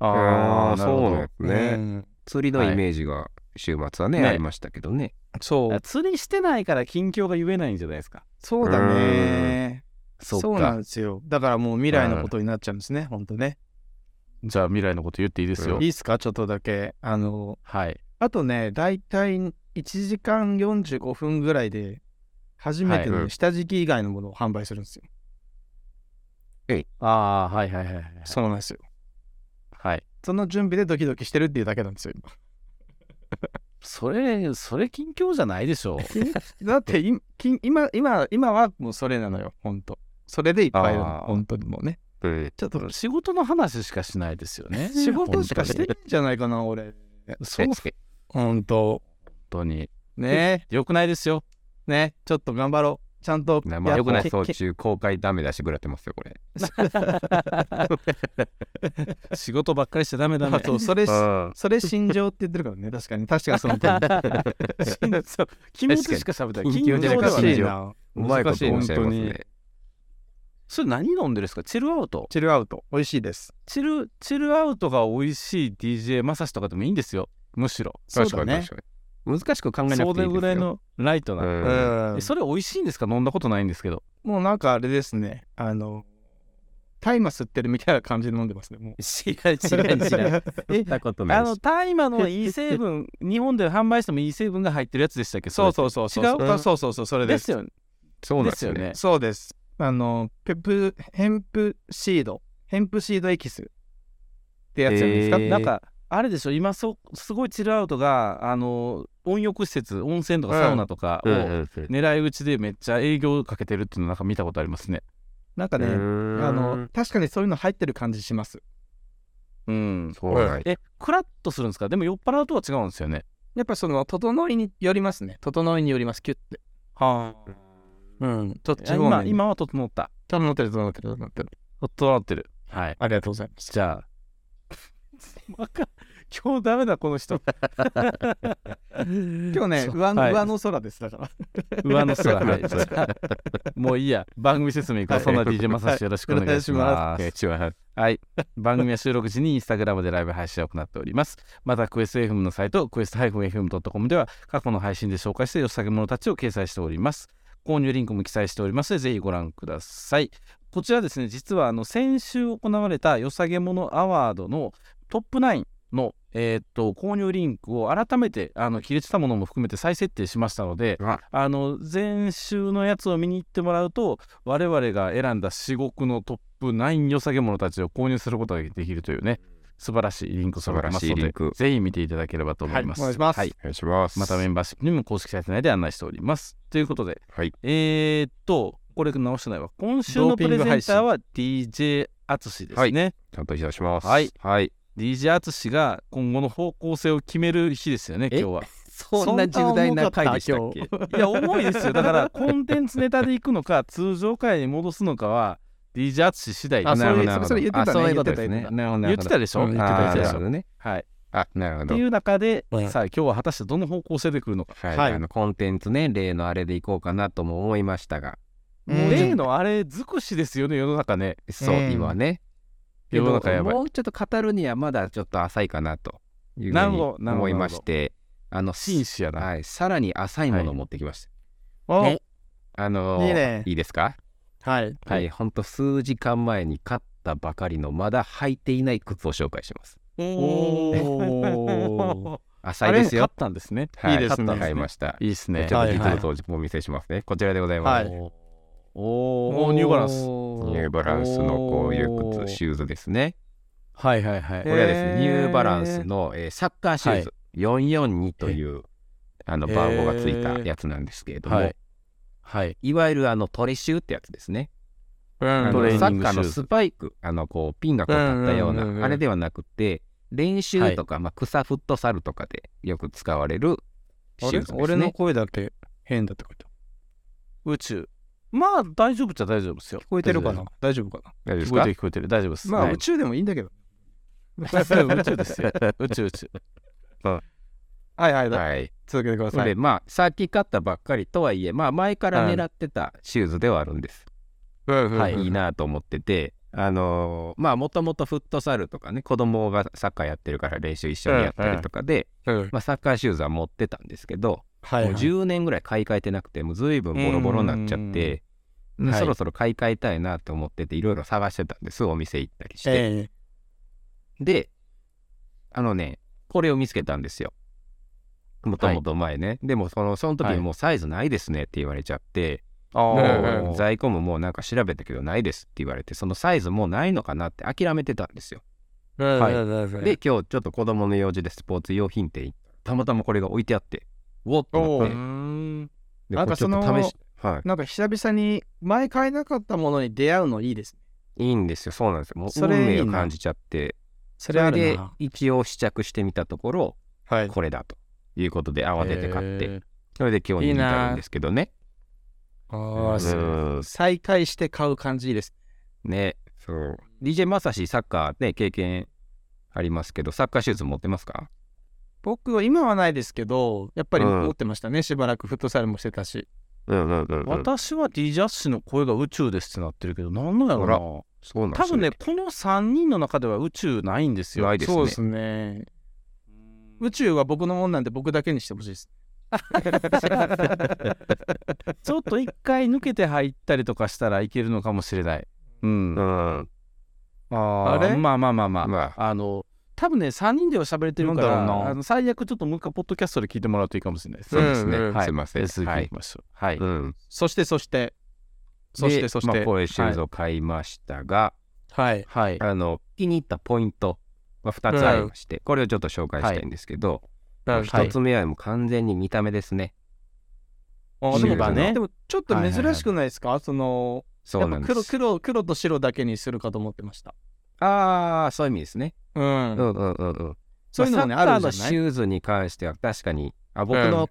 [SPEAKER 4] ああ
[SPEAKER 2] ー
[SPEAKER 4] そうなん
[SPEAKER 2] な
[SPEAKER 4] で
[SPEAKER 2] る
[SPEAKER 4] すね
[SPEAKER 3] ん
[SPEAKER 4] 釣りのイメージが週末はね
[SPEAKER 2] ね
[SPEAKER 4] ありましたけどね
[SPEAKER 3] そ
[SPEAKER 2] ほど
[SPEAKER 3] う
[SPEAKER 2] 釣りしてないから近況が言えないんじゃないですか。
[SPEAKER 3] そうだね
[SPEAKER 4] そっ
[SPEAKER 3] そうなん
[SPEAKER 4] か
[SPEAKER 3] ですよだからもう未来のことになっちゃうんですねほんとね
[SPEAKER 2] じゃあ、未来のこと言っていいですよ。
[SPEAKER 4] うん
[SPEAKER 3] いいっすかちょっとだけあの
[SPEAKER 2] はい。
[SPEAKER 3] あとね、だいたい1時間45分ぐらいで、初めて
[SPEAKER 4] はい
[SPEAKER 3] の
[SPEAKER 4] う
[SPEAKER 3] ね
[SPEAKER 4] ん
[SPEAKER 3] 下敷き以外のものを販売するんですよ。
[SPEAKER 2] ああ、はいはいはいはい。
[SPEAKER 3] そうなんですよ。
[SPEAKER 2] はい。
[SPEAKER 3] その準備でドキドキしてるっていうだけなんですよ、
[SPEAKER 2] それ、それ近況じゃないでしょう。
[SPEAKER 3] 今。だってい、き今、今、今はもうそれなのよ、ほんと。それでいっぱいなの
[SPEAKER 4] あー
[SPEAKER 3] ほんとにもうね。
[SPEAKER 4] うん
[SPEAKER 2] ちょっと仕事の話しかしないです よね。
[SPEAKER 3] 仕事しかして
[SPEAKER 2] る
[SPEAKER 3] ないんじゃないかな、俺。
[SPEAKER 2] そう本
[SPEAKER 4] え
[SPEAKER 3] ほんと。
[SPEAKER 2] 当に。
[SPEAKER 3] ね
[SPEAKER 2] よくないですよ。
[SPEAKER 3] え、ねえ、ちょっと頑張ろう。ちゃんと。
[SPEAKER 4] 生
[SPEAKER 3] やっ
[SPEAKER 4] 放
[SPEAKER 3] け
[SPEAKER 4] 送
[SPEAKER 3] け
[SPEAKER 4] 中公開ダメ出し食らってますよこれ
[SPEAKER 2] 仕事ばっかりしちゃダ メだ
[SPEAKER 3] あ
[SPEAKER 2] ね。
[SPEAKER 3] そう、それ、
[SPEAKER 4] うん
[SPEAKER 3] それ心情って言ってるからね、確かに。確かにその 通り。
[SPEAKER 2] そう気持ちしか喋ってない。
[SPEAKER 4] 確かに緊急じゃなくて
[SPEAKER 2] 緊張で は
[SPEAKER 4] 心情
[SPEAKER 2] な
[SPEAKER 4] うまいことおっしゃいます
[SPEAKER 3] 難しい
[SPEAKER 4] ね
[SPEAKER 2] それ何飲んでるんですかチルアウト。
[SPEAKER 3] チルアウト、美味しいです。
[SPEAKER 2] チル、チルアウトが美味しい DJ マサシとかでもいいんですよ。むしろ。
[SPEAKER 3] そうだね。
[SPEAKER 4] 確かに難しく考えなくてい
[SPEAKER 2] そ
[SPEAKER 4] いですよ
[SPEAKER 2] れぐらいのライト
[SPEAKER 4] う
[SPEAKER 2] な。
[SPEAKER 4] ん
[SPEAKER 3] うん
[SPEAKER 2] えそれ美味しいんですか飲んだことないんですけど。
[SPEAKER 3] もうなんかあれですね、あの、大麻吸ってるみたいな感じで飲んでますね、もう。
[SPEAKER 2] 違う違
[SPEAKER 3] う。
[SPEAKER 4] 行ったことな
[SPEAKER 2] あ
[SPEAKER 4] いし
[SPEAKER 2] の、大麻の E 成分、 日本で販売しても E 成分が入ってるやつでしたっけ
[SPEAKER 3] そう
[SPEAKER 2] う
[SPEAKER 3] そう そうそう。
[SPEAKER 2] 違
[SPEAKER 4] う
[SPEAKER 3] そうそうそう、それで。
[SPEAKER 2] ですすよね。
[SPEAKER 4] そうなんですよ
[SPEAKER 2] ですよ
[SPEAKER 4] ね
[SPEAKER 2] ね
[SPEAKER 3] そうです。あの、ペプ、ヘンプシード、ヘンプシードエキスってやつじゃないですか。
[SPEAKER 4] えー
[SPEAKER 2] なんか、あれでしょ、今そ、すごいチルアウトが、あの、温浴施設、温泉とか
[SPEAKER 3] うん
[SPEAKER 2] サウナとかを、
[SPEAKER 4] うんうんうん
[SPEAKER 2] 狙い撃ちでめっちゃ営業かけてるっていうのなんか見たことありますね。
[SPEAKER 3] なんか
[SPEAKER 4] う
[SPEAKER 3] ね、
[SPEAKER 4] ーん
[SPEAKER 3] あの、確かにそういうの入ってる感じします。
[SPEAKER 2] うん。
[SPEAKER 4] そうなんや
[SPEAKER 2] え、クラッとするんですかでも酔っ払うとは違うんですよね。
[SPEAKER 3] やっぱその、整いによりますね。整いによります、キュッて。
[SPEAKER 2] は
[SPEAKER 3] うん。ちょっと
[SPEAKER 2] あ。
[SPEAKER 3] 地方
[SPEAKER 2] 今、
[SPEAKER 3] 面に、
[SPEAKER 2] 今は整った。
[SPEAKER 3] 整ってる、整ってる、整ってる。
[SPEAKER 2] 整ってる。はい。
[SPEAKER 3] ありがとうございます。
[SPEAKER 2] じ ゃあ。今日ダメだ、この人。
[SPEAKER 3] 今日ね、
[SPEAKER 2] そう
[SPEAKER 3] 上
[SPEAKER 2] は
[SPEAKER 3] の
[SPEAKER 2] い
[SPEAKER 3] 上の空です、だから。
[SPEAKER 2] 上の 空、はい、もういいや番組説明いくわ
[SPEAKER 4] はい
[SPEAKER 2] そんな DJ まさしよろしくお願いし
[SPEAKER 4] あ
[SPEAKER 2] ます
[SPEAKER 4] ー違う
[SPEAKER 2] はい番組は収録時にインスタグラムでライブ配信を行っておりますまたクエスト FM のサイトクエスト -FM.com では過去の配信で紹介してよさげ者たちを掲載しております購入リンクも記載しておりますのでぜひご覧くださいこちらですね実はあの先週行われたよさげ者アワードのトップ9の、えーっと購入リンクを改めてあの切れてたものも含めて再設定しましたので、
[SPEAKER 4] あ
[SPEAKER 2] あの前週のやつを見に行ってもらうと我々が選んだ至極のトップ9良さげ者たちを購入することができるというね素晴らしいリンクを揃えてま
[SPEAKER 4] 素
[SPEAKER 2] すの
[SPEAKER 4] 晴らしいリ
[SPEAKER 2] で
[SPEAKER 4] ンク
[SPEAKER 2] ぜひ見ていただければと思います。
[SPEAKER 3] はいお願いします
[SPEAKER 2] はい、
[SPEAKER 4] お願いします
[SPEAKER 2] またメンバーシップにも公式サイト内で案内しております。ということで
[SPEAKER 4] はい
[SPEAKER 2] えー、っとこれ直してないわ今週のプレゼンターは DJ 淳ですね。
[SPEAKER 4] 担当いたします
[SPEAKER 2] はい
[SPEAKER 4] はい
[SPEAKER 2] DJ 淳が今後の方向性を決める日ですよね今
[SPEAKER 4] え
[SPEAKER 2] 日は。
[SPEAKER 4] そんな重大な回でしたっけ
[SPEAKER 2] いや、重いですよ。だから、コンテンツネタで行くのか、通常回に戻すのかは、DJ 淳次第
[SPEAKER 3] あ、そういう、
[SPEAKER 4] なる
[SPEAKER 3] そ
[SPEAKER 4] ほど
[SPEAKER 3] れそれ言ってたね。
[SPEAKER 4] あそういうこと
[SPEAKER 3] 言って
[SPEAKER 4] です
[SPEAKER 3] た
[SPEAKER 4] ね
[SPEAKER 3] 言ってた
[SPEAKER 4] なるほどな
[SPEAKER 2] 言
[SPEAKER 4] るほ
[SPEAKER 2] って
[SPEAKER 4] ど
[SPEAKER 2] たでしょ
[SPEAKER 3] うん言ってた
[SPEAKER 4] あー
[SPEAKER 3] 言って
[SPEAKER 4] な
[SPEAKER 3] た
[SPEAKER 4] るほどね
[SPEAKER 2] はい。
[SPEAKER 4] あなるほ
[SPEAKER 2] って
[SPEAKER 4] ど
[SPEAKER 2] いう中で、
[SPEAKER 3] うん
[SPEAKER 2] さあ、今日は果たしてどの方向性で来るのか。
[SPEAKER 4] はい、
[SPEAKER 3] はい
[SPEAKER 4] あのコンテンツね例のあれでいこうかなとも思いましたが
[SPEAKER 3] うん
[SPEAKER 2] 例のあれ尽くしですよね、世の中ね。
[SPEAKER 4] そう、
[SPEAKER 3] うん
[SPEAKER 4] 今ね
[SPEAKER 2] 世の中やば
[SPEAKER 4] け
[SPEAKER 2] い
[SPEAKER 4] どもうちょっと語るにはまだちょっと浅いかなというふ
[SPEAKER 2] な
[SPEAKER 4] う
[SPEAKER 2] るほ
[SPEAKER 4] に
[SPEAKER 2] どなるほ
[SPEAKER 4] 思
[SPEAKER 2] ど
[SPEAKER 4] いましてあの
[SPEAKER 2] 紳士やな。
[SPEAKER 4] はい、さらに浅いものを持ってきました、
[SPEAKER 3] お
[SPEAKER 4] ねあのー
[SPEAKER 3] いいね
[SPEAKER 4] いいですか
[SPEAKER 3] はい。
[SPEAKER 2] はい
[SPEAKER 4] えーほんと数時間前に買ったったばかりのまだ履いていない靴を紹介します。
[SPEAKER 2] お ー
[SPEAKER 4] 浅
[SPEAKER 3] あ
[SPEAKER 4] い
[SPEAKER 3] れ
[SPEAKER 4] です
[SPEAKER 3] 買っ
[SPEAKER 4] よ。
[SPEAKER 3] たんですね。
[SPEAKER 4] はい
[SPEAKER 3] いですね。
[SPEAKER 4] 買いました。
[SPEAKER 2] いいです
[SPEAKER 4] め
[SPEAKER 2] ね
[SPEAKER 4] ち。ゃ
[SPEAKER 3] はい
[SPEAKER 4] くちゃ実物をお見せしますね。こちらでございます。
[SPEAKER 3] はい
[SPEAKER 2] おーお
[SPEAKER 3] おーニューバランス
[SPEAKER 4] ニューバランスのこういう靴、シューズですね。
[SPEAKER 2] はいはいはい
[SPEAKER 4] こ。れはです
[SPEAKER 3] へ
[SPEAKER 4] ね、
[SPEAKER 3] ー
[SPEAKER 4] ニューバランスの、えーサッカーシューズ、442というあの
[SPEAKER 2] へー
[SPEAKER 4] 番号がついたやつなんですけれども、
[SPEAKER 2] は
[SPEAKER 4] い、。
[SPEAKER 2] いはい。
[SPEAKER 4] わゆるあのトレシューってやつですね。あの
[SPEAKER 2] トレーニング
[SPEAKER 4] サッカーの
[SPEAKER 2] シューズ
[SPEAKER 4] スパイク、あのこうピンがこう立ったような、
[SPEAKER 3] うんうんうんうん
[SPEAKER 4] あれではなくて、練習とか、まあ、草フットサルとかでよく使われるシューズですね。
[SPEAKER 3] 俺の声だけ変だって書いてある宇宙。まあ大丈夫っちゃ大丈夫ですよ。聞こえてるかな大丈夫かな
[SPEAKER 4] 大丈夫で
[SPEAKER 2] 聞
[SPEAKER 4] す
[SPEAKER 2] こえ
[SPEAKER 4] か
[SPEAKER 2] てる聞こえてる。大丈夫です。
[SPEAKER 3] まあ
[SPEAKER 2] はい
[SPEAKER 3] 宇宙 でもいいんだけど。
[SPEAKER 2] 宇宙ですよ。宇宙宇宙。
[SPEAKER 3] はいはい、だ
[SPEAKER 4] はい、
[SPEAKER 3] 続けてくだ
[SPEAKER 4] それ
[SPEAKER 3] さい
[SPEAKER 4] で。まあさっき買ったばっかりとはいえ、まあ、前から狙ってたシューズではあるんです。
[SPEAKER 3] はい
[SPEAKER 4] いいなと思ってて、あのーまあもともとフットサルとかね子供がサッカーやってるから練習一緒にやったりとかで、
[SPEAKER 3] うん
[SPEAKER 4] まあ、サッカーシューズは持ってたんですけど、
[SPEAKER 2] はい
[SPEAKER 4] もう10年ぐらい買い替えてなくてもう随分ボロボロになっちゃって、
[SPEAKER 2] んはい
[SPEAKER 4] そろそろ買い替えたいなと思ってていろいろ探してたんですお店行ったりして、
[SPEAKER 3] え
[SPEAKER 4] であのねこれを見つけたんですよもともと前ね、でもそのその時にもうサイズないですねって言われちゃって、
[SPEAKER 3] ー
[SPEAKER 4] もう在庫ももうなんか調べたけどないですって言われてそのサイズもうないのかなって諦めてたんですよ
[SPEAKER 3] え
[SPEAKER 2] はい
[SPEAKER 3] い
[SPEAKER 4] で今日ちょっと子供の用事でスポーツ用品店行ったらたまたまこれが置いてあっておっと
[SPEAKER 3] お
[SPEAKER 4] 思って
[SPEAKER 3] ー
[SPEAKER 4] で
[SPEAKER 3] なん
[SPEAKER 4] これ
[SPEAKER 3] か
[SPEAKER 4] ちょっと
[SPEAKER 3] その
[SPEAKER 4] 試しは
[SPEAKER 3] なんか久々に前買えなかったものに出会うのいいですね。
[SPEAKER 4] いいいんですよそうなんですよもう
[SPEAKER 3] そ
[SPEAKER 4] 運
[SPEAKER 3] れいいな
[SPEAKER 4] 命を感じちゃって
[SPEAKER 3] そ
[SPEAKER 4] それ
[SPEAKER 3] で
[SPEAKER 4] で一応試着してみたところ
[SPEAKER 3] はい。
[SPEAKER 4] これだということで慌てて買って、
[SPEAKER 2] へー。
[SPEAKER 4] それで今日に至るんですけどね
[SPEAKER 3] ああ、そう
[SPEAKER 4] うん
[SPEAKER 3] 再開して買う感じいいです。
[SPEAKER 4] ねそう DJ まさしサッカーね経験ありますけどサッカーシューズ持ってますか
[SPEAKER 3] 僕は今はないですけど、やっぱり
[SPEAKER 4] うん
[SPEAKER 3] 持ってましたね。しばらくフットサルもしてたし。
[SPEAKER 4] うんうんうん、うん
[SPEAKER 2] 私は D ジャッシュの声が宇宙ですってなってるけど、なんなんやろ
[SPEAKER 4] そうなん
[SPEAKER 2] な。
[SPEAKER 4] です
[SPEAKER 2] 多
[SPEAKER 4] よ
[SPEAKER 2] 分ね、この3人の中では宇宙ないんですよ。
[SPEAKER 4] ないですね
[SPEAKER 3] そうですね。宇宙は僕のもんなんで僕だけにしてほしいです。
[SPEAKER 2] ちょっと一回抜けて入ったりとかしたらいけるのかもしれない。うん。
[SPEAKER 4] うん。
[SPEAKER 2] あー
[SPEAKER 3] あれ
[SPEAKER 2] まあまあまあまあ。
[SPEAKER 4] まあ、
[SPEAKER 2] あの、多分ね、3人では喋れてるか
[SPEAKER 3] なんだろう
[SPEAKER 2] ら、
[SPEAKER 3] な
[SPEAKER 2] あの最悪ちょっともう一回、ポッドキャストで聞いてもらうといいかもしれないです。
[SPEAKER 4] そうですね。
[SPEAKER 3] うんうん
[SPEAKER 4] はい、すいません。
[SPEAKER 2] 続き
[SPEAKER 4] はい
[SPEAKER 2] いき。ましょう。はい。
[SPEAKER 4] うん。
[SPEAKER 3] そしてそして、そして
[SPEAKER 4] で
[SPEAKER 3] そし
[SPEAKER 4] ま
[SPEAKER 3] て
[SPEAKER 4] あ、こういうシューズを買いましたが、
[SPEAKER 3] はい。
[SPEAKER 2] はい。
[SPEAKER 4] あの、気に入ったポイントが2つありまして、これをちょっと紹介したいんですけど、
[SPEAKER 3] はい
[SPEAKER 2] はい
[SPEAKER 4] 1つ目はもう完全に見た目ですね。
[SPEAKER 3] あ
[SPEAKER 4] シューズの
[SPEAKER 3] でもちょっと珍しくないですか、その、
[SPEAKER 4] そ
[SPEAKER 3] や
[SPEAKER 4] う
[SPEAKER 3] っ
[SPEAKER 4] な
[SPEAKER 3] ぱ
[SPEAKER 4] んで
[SPEAKER 3] 黒、
[SPEAKER 4] す。
[SPEAKER 3] 黒、黒と白だけにするかと思ってました。
[SPEAKER 4] ああ、そういう意味ですね。
[SPEAKER 3] うん。
[SPEAKER 4] うんうんうんうん。
[SPEAKER 3] そういうのもね、
[SPEAKER 4] まサ
[SPEAKER 3] あ
[SPEAKER 4] ッカ
[SPEAKER 3] る
[SPEAKER 4] ー
[SPEAKER 3] じ
[SPEAKER 4] の
[SPEAKER 3] ゃな
[SPEAKER 4] シ
[SPEAKER 3] い
[SPEAKER 4] ューズに関しては確かに、あ僕の、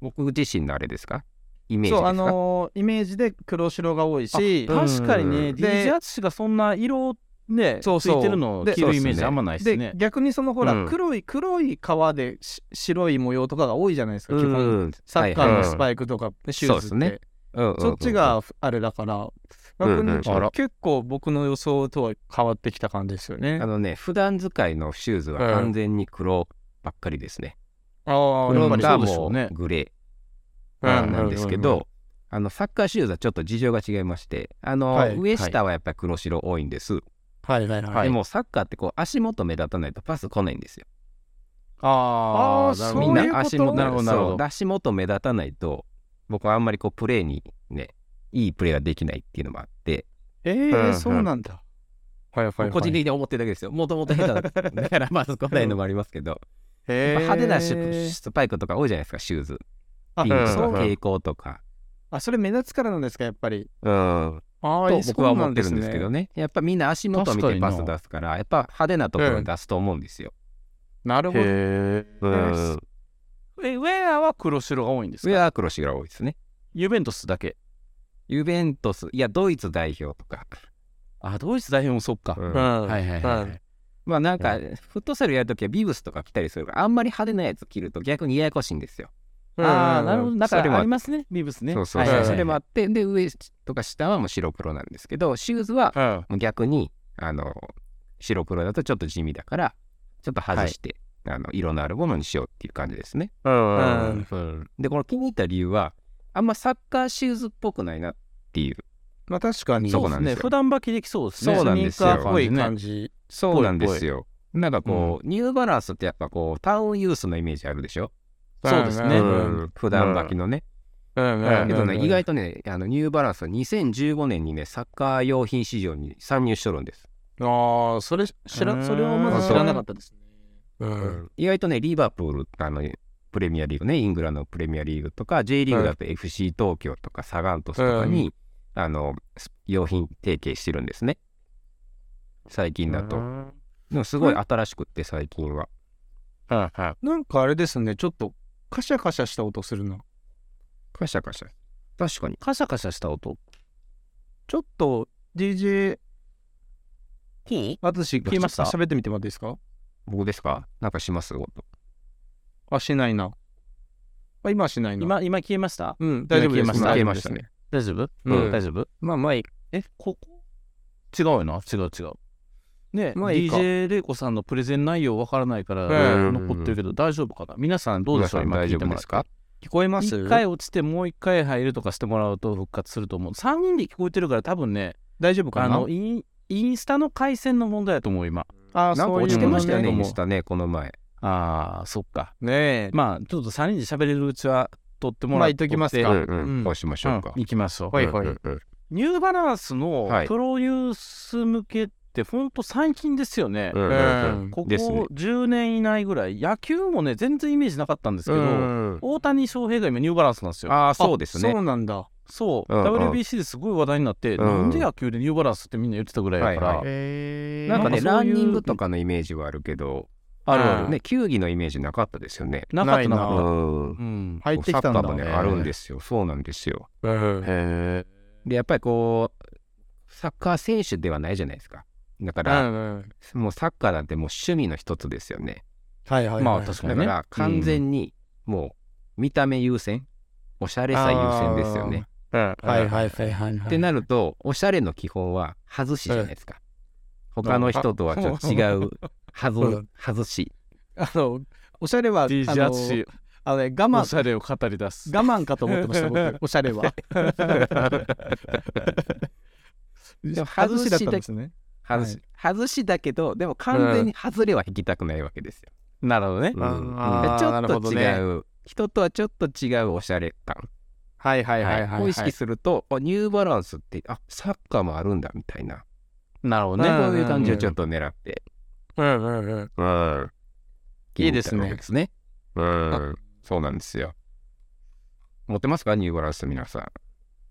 [SPEAKER 4] 僕自身のあれですかイメージで
[SPEAKER 3] そ
[SPEAKER 4] す
[SPEAKER 3] う、
[SPEAKER 4] か
[SPEAKER 3] あのーイメージで黒白が多いし、
[SPEAKER 4] あ
[SPEAKER 2] 確かに
[SPEAKER 4] うんうんう
[SPEAKER 2] ね、
[SPEAKER 4] ん
[SPEAKER 2] D ジャッシュがそんな色ね、つ
[SPEAKER 3] そうそう
[SPEAKER 2] いてるのを着
[SPEAKER 4] で
[SPEAKER 2] るイメージあんまないです
[SPEAKER 3] で
[SPEAKER 2] ね。
[SPEAKER 3] 逆にそのほら、
[SPEAKER 4] うん
[SPEAKER 3] 黒い黒い革でし白い模様とかが多いじゃないですか、
[SPEAKER 4] う
[SPEAKER 3] 基
[SPEAKER 4] ん
[SPEAKER 3] 本
[SPEAKER 4] うん、
[SPEAKER 3] サッカーのス
[SPEAKER 4] イ
[SPEAKER 3] パイクとかシュ
[SPEAKER 4] そ
[SPEAKER 3] ーズって、
[SPEAKER 4] うですねク、うんうんうん
[SPEAKER 3] そっち、があれだから、
[SPEAKER 4] うんうん
[SPEAKER 3] 逆に
[SPEAKER 4] あら
[SPEAKER 3] 結構僕の予想とは変わってきた感じですよね
[SPEAKER 4] あ。のね、普段使いのシューズは完全に黒ばっかりですね。
[SPEAKER 3] ああ、や
[SPEAKER 4] 黒
[SPEAKER 3] っぱり
[SPEAKER 4] が
[SPEAKER 3] そう
[SPEAKER 2] で
[SPEAKER 3] で
[SPEAKER 2] しょ
[SPEAKER 3] しょ
[SPEAKER 4] も
[SPEAKER 2] う
[SPEAKER 4] う
[SPEAKER 2] ね
[SPEAKER 4] グレー
[SPEAKER 3] うんうんうんうん
[SPEAKER 4] なんですけど、あのサッカーシューズはちょっと事情が違いまして、あの、
[SPEAKER 3] はい
[SPEAKER 4] 上下はやっぱり黒白多いんです。
[SPEAKER 3] はいはいはい。
[SPEAKER 4] でもサッカーってこう足元目立たないとパス来ないんですよ。
[SPEAKER 2] あ
[SPEAKER 3] あー
[SPEAKER 2] なるほ
[SPEAKER 3] そう
[SPEAKER 2] ど
[SPEAKER 4] み
[SPEAKER 3] いうんこと
[SPEAKER 4] な足元
[SPEAKER 2] なるほどなるほど
[SPEAKER 4] そう足元目立たないと、僕はあんまりこうプレーにね、いいプレーができないっていうのもあって、
[SPEAKER 3] ええ
[SPEAKER 4] うんうん
[SPEAKER 3] そうなんだ。はいはいはい。
[SPEAKER 4] 個人的に思ってるだけですよ。もともと下手だっただからまず来ないのもありますけど、やっぱ派手なシュスパイクとか多いじゃないですか、シューズ。
[SPEAKER 3] あ
[SPEAKER 4] ピンクとか
[SPEAKER 3] そう
[SPEAKER 4] 蛍光とか。
[SPEAKER 3] あ、それ目立つからなんですか、やっぱり。
[SPEAKER 4] うん、
[SPEAKER 3] ああ、
[SPEAKER 4] と僕は思ってるんですけ
[SPEAKER 3] そうな
[SPEAKER 4] ど
[SPEAKER 3] ね。
[SPEAKER 4] ねやっぱみんな足元見
[SPEAKER 2] 確か
[SPEAKER 4] て
[SPEAKER 2] にな
[SPEAKER 4] パス出すからやっぱ派手なところに出すと思うんですよ。
[SPEAKER 3] なるほど。
[SPEAKER 2] へ
[SPEAKER 4] う
[SPEAKER 3] うん
[SPEAKER 4] ん、
[SPEAKER 2] え。ウェアは黒白が多いんです
[SPEAKER 4] 上
[SPEAKER 2] か
[SPEAKER 4] は黒白が多いですね。
[SPEAKER 2] ユベントスだけ。
[SPEAKER 4] ユベントスいやドイツ代表とか、
[SPEAKER 2] あ、ドイツ代表もそっか。
[SPEAKER 4] う
[SPEAKER 2] は
[SPEAKER 4] ん
[SPEAKER 2] いはいはいはい。
[SPEAKER 4] まあなんか
[SPEAKER 2] う
[SPEAKER 4] フットサルやるときはビブスとか着たりするからあんまり派手なやつ着ると逆にややこしいんですよ。
[SPEAKER 3] うん
[SPEAKER 2] ああ、なるほど。だか
[SPEAKER 4] それも
[SPEAKER 2] らありますね、ビブスね。
[SPEAKER 4] そうそう
[SPEAKER 2] はい
[SPEAKER 4] そ
[SPEAKER 2] はいうはい
[SPEAKER 4] それもあってで上とか下はもう白黒なんですけどシューズは
[SPEAKER 2] うん
[SPEAKER 4] もう逆にあの白黒だとちょっと地味だからちょっと外して、あの色のあるものにしようっていう感じですね。
[SPEAKER 3] ん
[SPEAKER 4] でこの気に入った理由はあんまサッカーシューズっぽくないなっていう
[SPEAKER 3] まあ確かに
[SPEAKER 4] そ
[SPEAKER 3] そうう
[SPEAKER 4] な
[SPEAKER 3] です
[SPEAKER 4] んですよ
[SPEAKER 3] ね。普段履きできそうですね。
[SPEAKER 4] そうなんですよ
[SPEAKER 3] スニーカーっぽい感じ。
[SPEAKER 4] そうなんですよ。なんかこう、ニューバランスってやっぱこう、タウンユースのイメージあるでしょ
[SPEAKER 3] そうですね。
[SPEAKER 4] う
[SPEAKER 3] うん
[SPEAKER 4] ん、普段履きのね。
[SPEAKER 3] うん
[SPEAKER 4] だけどね、意
[SPEAKER 3] 外
[SPEAKER 4] 外とね、あのニューバランスは2015年にね、サッカー用品市場に参入しとるんです。
[SPEAKER 3] ああ、それ知
[SPEAKER 2] うーん
[SPEAKER 3] ら、それをまず知らなかったですね。うん。
[SPEAKER 4] 意外とね、リバプール、あの、プレミアリーグね、イングランドのプレミアリーグとか、J リーグだと FC 東京とかサガン鳥栖とかに、あの、用品提携してるんですね。最近だと。でもすごい新しくって、最近は。
[SPEAKER 3] なんかあれですね、ちょっとカシャカシャした音するな。
[SPEAKER 4] カシャカシャ。確かに。
[SPEAKER 2] カシャカシャした音。
[SPEAKER 3] ちょっと DJ、
[SPEAKER 2] いい
[SPEAKER 3] 私
[SPEAKER 2] 聞きました
[SPEAKER 3] 喋ってみてもらっていいですか
[SPEAKER 4] 僕ですかなんかします音
[SPEAKER 3] あ、しないな。あ今はしないな。
[SPEAKER 2] 今、今消えました
[SPEAKER 3] うん、大丈夫です。
[SPEAKER 2] 今
[SPEAKER 4] 消
[SPEAKER 2] 消
[SPEAKER 4] え
[SPEAKER 2] え
[SPEAKER 4] ま
[SPEAKER 2] ま
[SPEAKER 4] したね。。
[SPEAKER 2] 大丈夫
[SPEAKER 3] うん
[SPEAKER 2] 大丈夫
[SPEAKER 4] まあまあいい。
[SPEAKER 2] え、ここ違うよな違う違う。ね、
[SPEAKER 3] まあいいか
[SPEAKER 2] DJ 玲子さんのプレゼン内容わからないから
[SPEAKER 4] うん
[SPEAKER 2] 残ってるけど大丈夫かな皆さんどう
[SPEAKER 4] 皆
[SPEAKER 2] でしょ
[SPEAKER 4] さ
[SPEAKER 2] うん今
[SPEAKER 4] 大丈
[SPEAKER 2] 聞いて
[SPEAKER 4] 夫で
[SPEAKER 2] もらって
[SPEAKER 4] すか
[SPEAKER 3] 聞こえます
[SPEAKER 2] 一回落ちてもう一回入るとかしてもらうと復活すると思う。3人で聞こえてるから多分ね、
[SPEAKER 3] 大丈夫か
[SPEAKER 2] あ
[SPEAKER 3] な
[SPEAKER 2] の、インインスタの回線の問題だと思う今。
[SPEAKER 3] あ
[SPEAKER 4] なんか落ちてましたよね、インス
[SPEAKER 3] ね
[SPEAKER 4] タね、この前。
[SPEAKER 2] あー、そっか。
[SPEAKER 3] え。
[SPEAKER 2] まあ、ちょっと3人で喋れるうちは取っても
[SPEAKER 3] ま
[SPEAKER 2] ら
[SPEAKER 3] あ
[SPEAKER 2] っ
[SPEAKER 3] 言っと
[SPEAKER 2] て。
[SPEAKER 3] きます
[SPEAKER 2] 取
[SPEAKER 3] か
[SPEAKER 2] って
[SPEAKER 3] んうん
[SPEAKER 4] こうしましょうか
[SPEAKER 2] うん。行きましょう。
[SPEAKER 3] はいはい
[SPEAKER 4] うんうんうん
[SPEAKER 2] ニューバランスの
[SPEAKER 4] はい
[SPEAKER 2] プロデュース向けってほんと最近ですよね。
[SPEAKER 4] うんうんうん
[SPEAKER 2] ここ
[SPEAKER 4] ですね
[SPEAKER 2] 10年以内ぐらい、野球もね、全然イメージなかったんですけど、
[SPEAKER 4] うん
[SPEAKER 2] 大谷翔平が今ニューバランスなんですよ。
[SPEAKER 4] ああ、そうですね
[SPEAKER 3] そ。うなんだ。
[SPEAKER 2] そう、
[SPEAKER 4] うんうん
[SPEAKER 2] WBC ですごい話題になって、
[SPEAKER 4] うん
[SPEAKER 2] なんで野球でニューバランスってみんな言ってたぐらいだから、
[SPEAKER 4] はいは
[SPEAKER 3] え
[SPEAKER 4] なんかね、
[SPEAKER 2] なんかそ
[SPEAKER 4] ラ
[SPEAKER 2] ういう
[SPEAKER 4] ンニングとかのイメージはあるけど、
[SPEAKER 2] ある
[SPEAKER 3] う
[SPEAKER 2] あ
[SPEAKER 3] ん
[SPEAKER 2] る。
[SPEAKER 4] ね、球技のイメージなかったですよね。
[SPEAKER 2] なかったな
[SPEAKER 3] ないう
[SPEAKER 2] かった。
[SPEAKER 4] ん。
[SPEAKER 2] うん。
[SPEAKER 3] 入ってきたん
[SPEAKER 4] サ
[SPEAKER 3] だ。
[SPEAKER 4] ッカーもね、あるんですよ。そうなんですよ。
[SPEAKER 3] うん。
[SPEAKER 2] へえ。
[SPEAKER 4] で、やっぱりこう、サッカー選手ではないじゃないですか。だか
[SPEAKER 3] う
[SPEAKER 4] ら、
[SPEAKER 3] んうん
[SPEAKER 4] もうサッカーなんてもう趣味の一つですよね。
[SPEAKER 3] はいはいはい。
[SPEAKER 2] まあ確か
[SPEAKER 4] だ
[SPEAKER 2] に
[SPEAKER 4] か
[SPEAKER 2] ね。
[SPEAKER 4] ら完全にもう見た目優先、おしゃれさ優先ですよね。
[SPEAKER 3] はいはいはいはい。
[SPEAKER 4] ってなると、おしゃれの基本は外しじゃないですか。他の人とはちょっと違う
[SPEAKER 3] う
[SPEAKER 4] 外
[SPEAKER 3] ん
[SPEAKER 4] 外し。
[SPEAKER 3] あの、おしゃれは、あ
[SPEAKER 2] DJ
[SPEAKER 3] の、
[SPEAKER 2] 淳、
[SPEAKER 3] あのね、我
[SPEAKER 2] お
[SPEAKER 3] 慢、
[SPEAKER 2] しゃれを語り出す。
[SPEAKER 3] 我慢かと思ってました、 僕、おしゃれは。
[SPEAKER 4] も外しだったんです
[SPEAKER 3] ね。
[SPEAKER 4] 外し,、外しだけど、でも完全に外れは引きたくないわけですよ。
[SPEAKER 2] なるほどね。
[SPEAKER 4] うん
[SPEAKER 3] あー
[SPEAKER 4] ちょ
[SPEAKER 3] なるほ
[SPEAKER 4] っと
[SPEAKER 3] ど
[SPEAKER 4] 違
[SPEAKER 3] ね
[SPEAKER 4] う、人とはちょっと違うおしゃれ感、
[SPEAKER 3] はいはいはいはい。
[SPEAKER 4] を意識すると、あニューバランスって、あサッカーもあるんだみたいな、
[SPEAKER 2] なるほど
[SPEAKER 3] う
[SPEAKER 2] ね
[SPEAKER 3] ん。
[SPEAKER 4] そういう感じをちょっと狙って
[SPEAKER 3] うんうんうん。
[SPEAKER 4] うん。
[SPEAKER 2] いいです
[SPEAKER 4] 気に入った
[SPEAKER 2] ね
[SPEAKER 4] わけですね。うん。そうなんですよ。持ってますかニューバランス皆さん。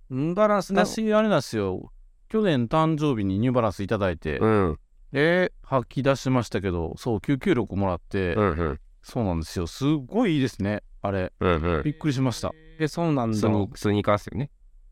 [SPEAKER 3] うんバランスなし。
[SPEAKER 2] 私、あれなんですよ。去年誕生日にニューバランスいただいて、
[SPEAKER 4] ん。
[SPEAKER 2] えー吐き出しましたけど、そう、996もらって、
[SPEAKER 4] うんうん。
[SPEAKER 2] そうなんですよ。すごいいいですね。あれ、
[SPEAKER 4] うんうん。
[SPEAKER 2] びっくりしました。
[SPEAKER 3] え、そうなん
[SPEAKER 4] ス
[SPEAKER 3] だ。
[SPEAKER 4] ニスニーカーですよね。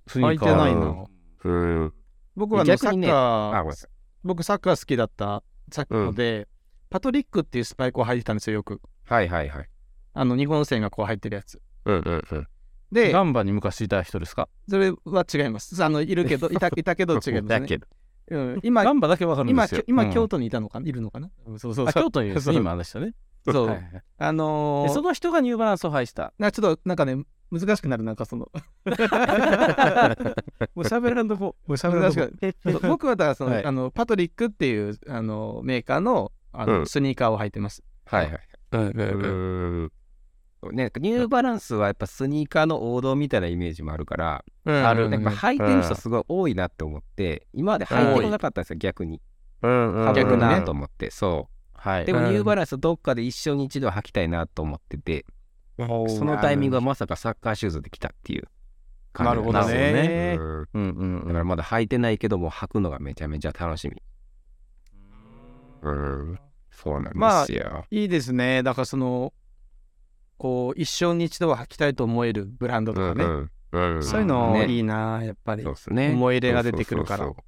[SPEAKER 2] スニ
[SPEAKER 3] 履
[SPEAKER 2] ー
[SPEAKER 3] い
[SPEAKER 2] カ
[SPEAKER 3] て
[SPEAKER 2] ー
[SPEAKER 3] ない
[SPEAKER 4] うん
[SPEAKER 3] な。
[SPEAKER 4] うん。
[SPEAKER 3] 僕はあのサ
[SPEAKER 4] 逆に
[SPEAKER 3] ッ
[SPEAKER 4] ねあ、ご
[SPEAKER 3] カー
[SPEAKER 4] めんなさい。
[SPEAKER 3] 僕サッカー好きだったサッカーので、パトリックっていうスパイクを履いてたんですよよく
[SPEAKER 4] はいはいはい。
[SPEAKER 3] あの日本線がこう入ってるやつ
[SPEAKER 4] うんうんうん。
[SPEAKER 3] で
[SPEAKER 2] ガンバに昔いた人ですか
[SPEAKER 3] それは違いますあのいるけどいたいたけど 違います
[SPEAKER 4] だ
[SPEAKER 3] ね、
[SPEAKER 4] けど。
[SPEAKER 3] うん、
[SPEAKER 2] ガ
[SPEAKER 3] 今
[SPEAKER 2] ンバだけわかるんで
[SPEAKER 3] 今
[SPEAKER 2] すよ。
[SPEAKER 3] 今
[SPEAKER 2] うん
[SPEAKER 3] 京都にいたのかないるのかなうんそうそう
[SPEAKER 2] あ
[SPEAKER 3] そう
[SPEAKER 2] 京都にいるんですね
[SPEAKER 3] そう
[SPEAKER 2] 今でしたね。
[SPEAKER 3] そう
[SPEAKER 2] はいはい
[SPEAKER 3] あの
[SPEAKER 2] で
[SPEAKER 3] ー
[SPEAKER 2] その人がニューバランスを配 した。
[SPEAKER 3] なちょっとなんかね難しくなるなんかその
[SPEAKER 2] もう喋らんとこ。もう喋
[SPEAKER 3] 難しくな
[SPEAKER 2] こ。
[SPEAKER 3] るそう僕はだからその,、
[SPEAKER 2] はい
[SPEAKER 3] あのパトリックっていうあのメーカーのあ
[SPEAKER 4] う
[SPEAKER 3] の
[SPEAKER 4] ん
[SPEAKER 3] スニーカーを履いてます、
[SPEAKER 4] はいはい。うん。ね、ニューバランスはやっぱスニーカーの王道みたいなイメージもあるから、
[SPEAKER 3] あ
[SPEAKER 4] やっぱ履いてる人すごい多いなって思って、今まで履いてこなかったんですよ、逆に。
[SPEAKER 2] うん
[SPEAKER 3] ん
[SPEAKER 4] 逆
[SPEAKER 3] 逆にね
[SPEAKER 4] なと思って、そう。
[SPEAKER 2] はい。
[SPEAKER 4] でも
[SPEAKER 3] うん
[SPEAKER 4] ニューバランスどっかで一生に一度は履きたいなと思ってて、そのタイミングはまさかサッカーシューズで来たっていう感じんですよ
[SPEAKER 2] なるほどね
[SPEAKER 4] うん
[SPEAKER 2] うんうん
[SPEAKER 4] だからまだ履いてないけども履くのがめちゃめちゃ楽しみ。うん、そうなんですよ。
[SPEAKER 3] いいですね。だからその、こう、一生に一度は履きたいと思えるブランドとかね。
[SPEAKER 4] んうんうん
[SPEAKER 3] そういうの
[SPEAKER 4] ね
[SPEAKER 3] いいな、やっぱり。
[SPEAKER 4] そうですね。
[SPEAKER 3] 思い入れが出てくるから。
[SPEAKER 4] そうそうそう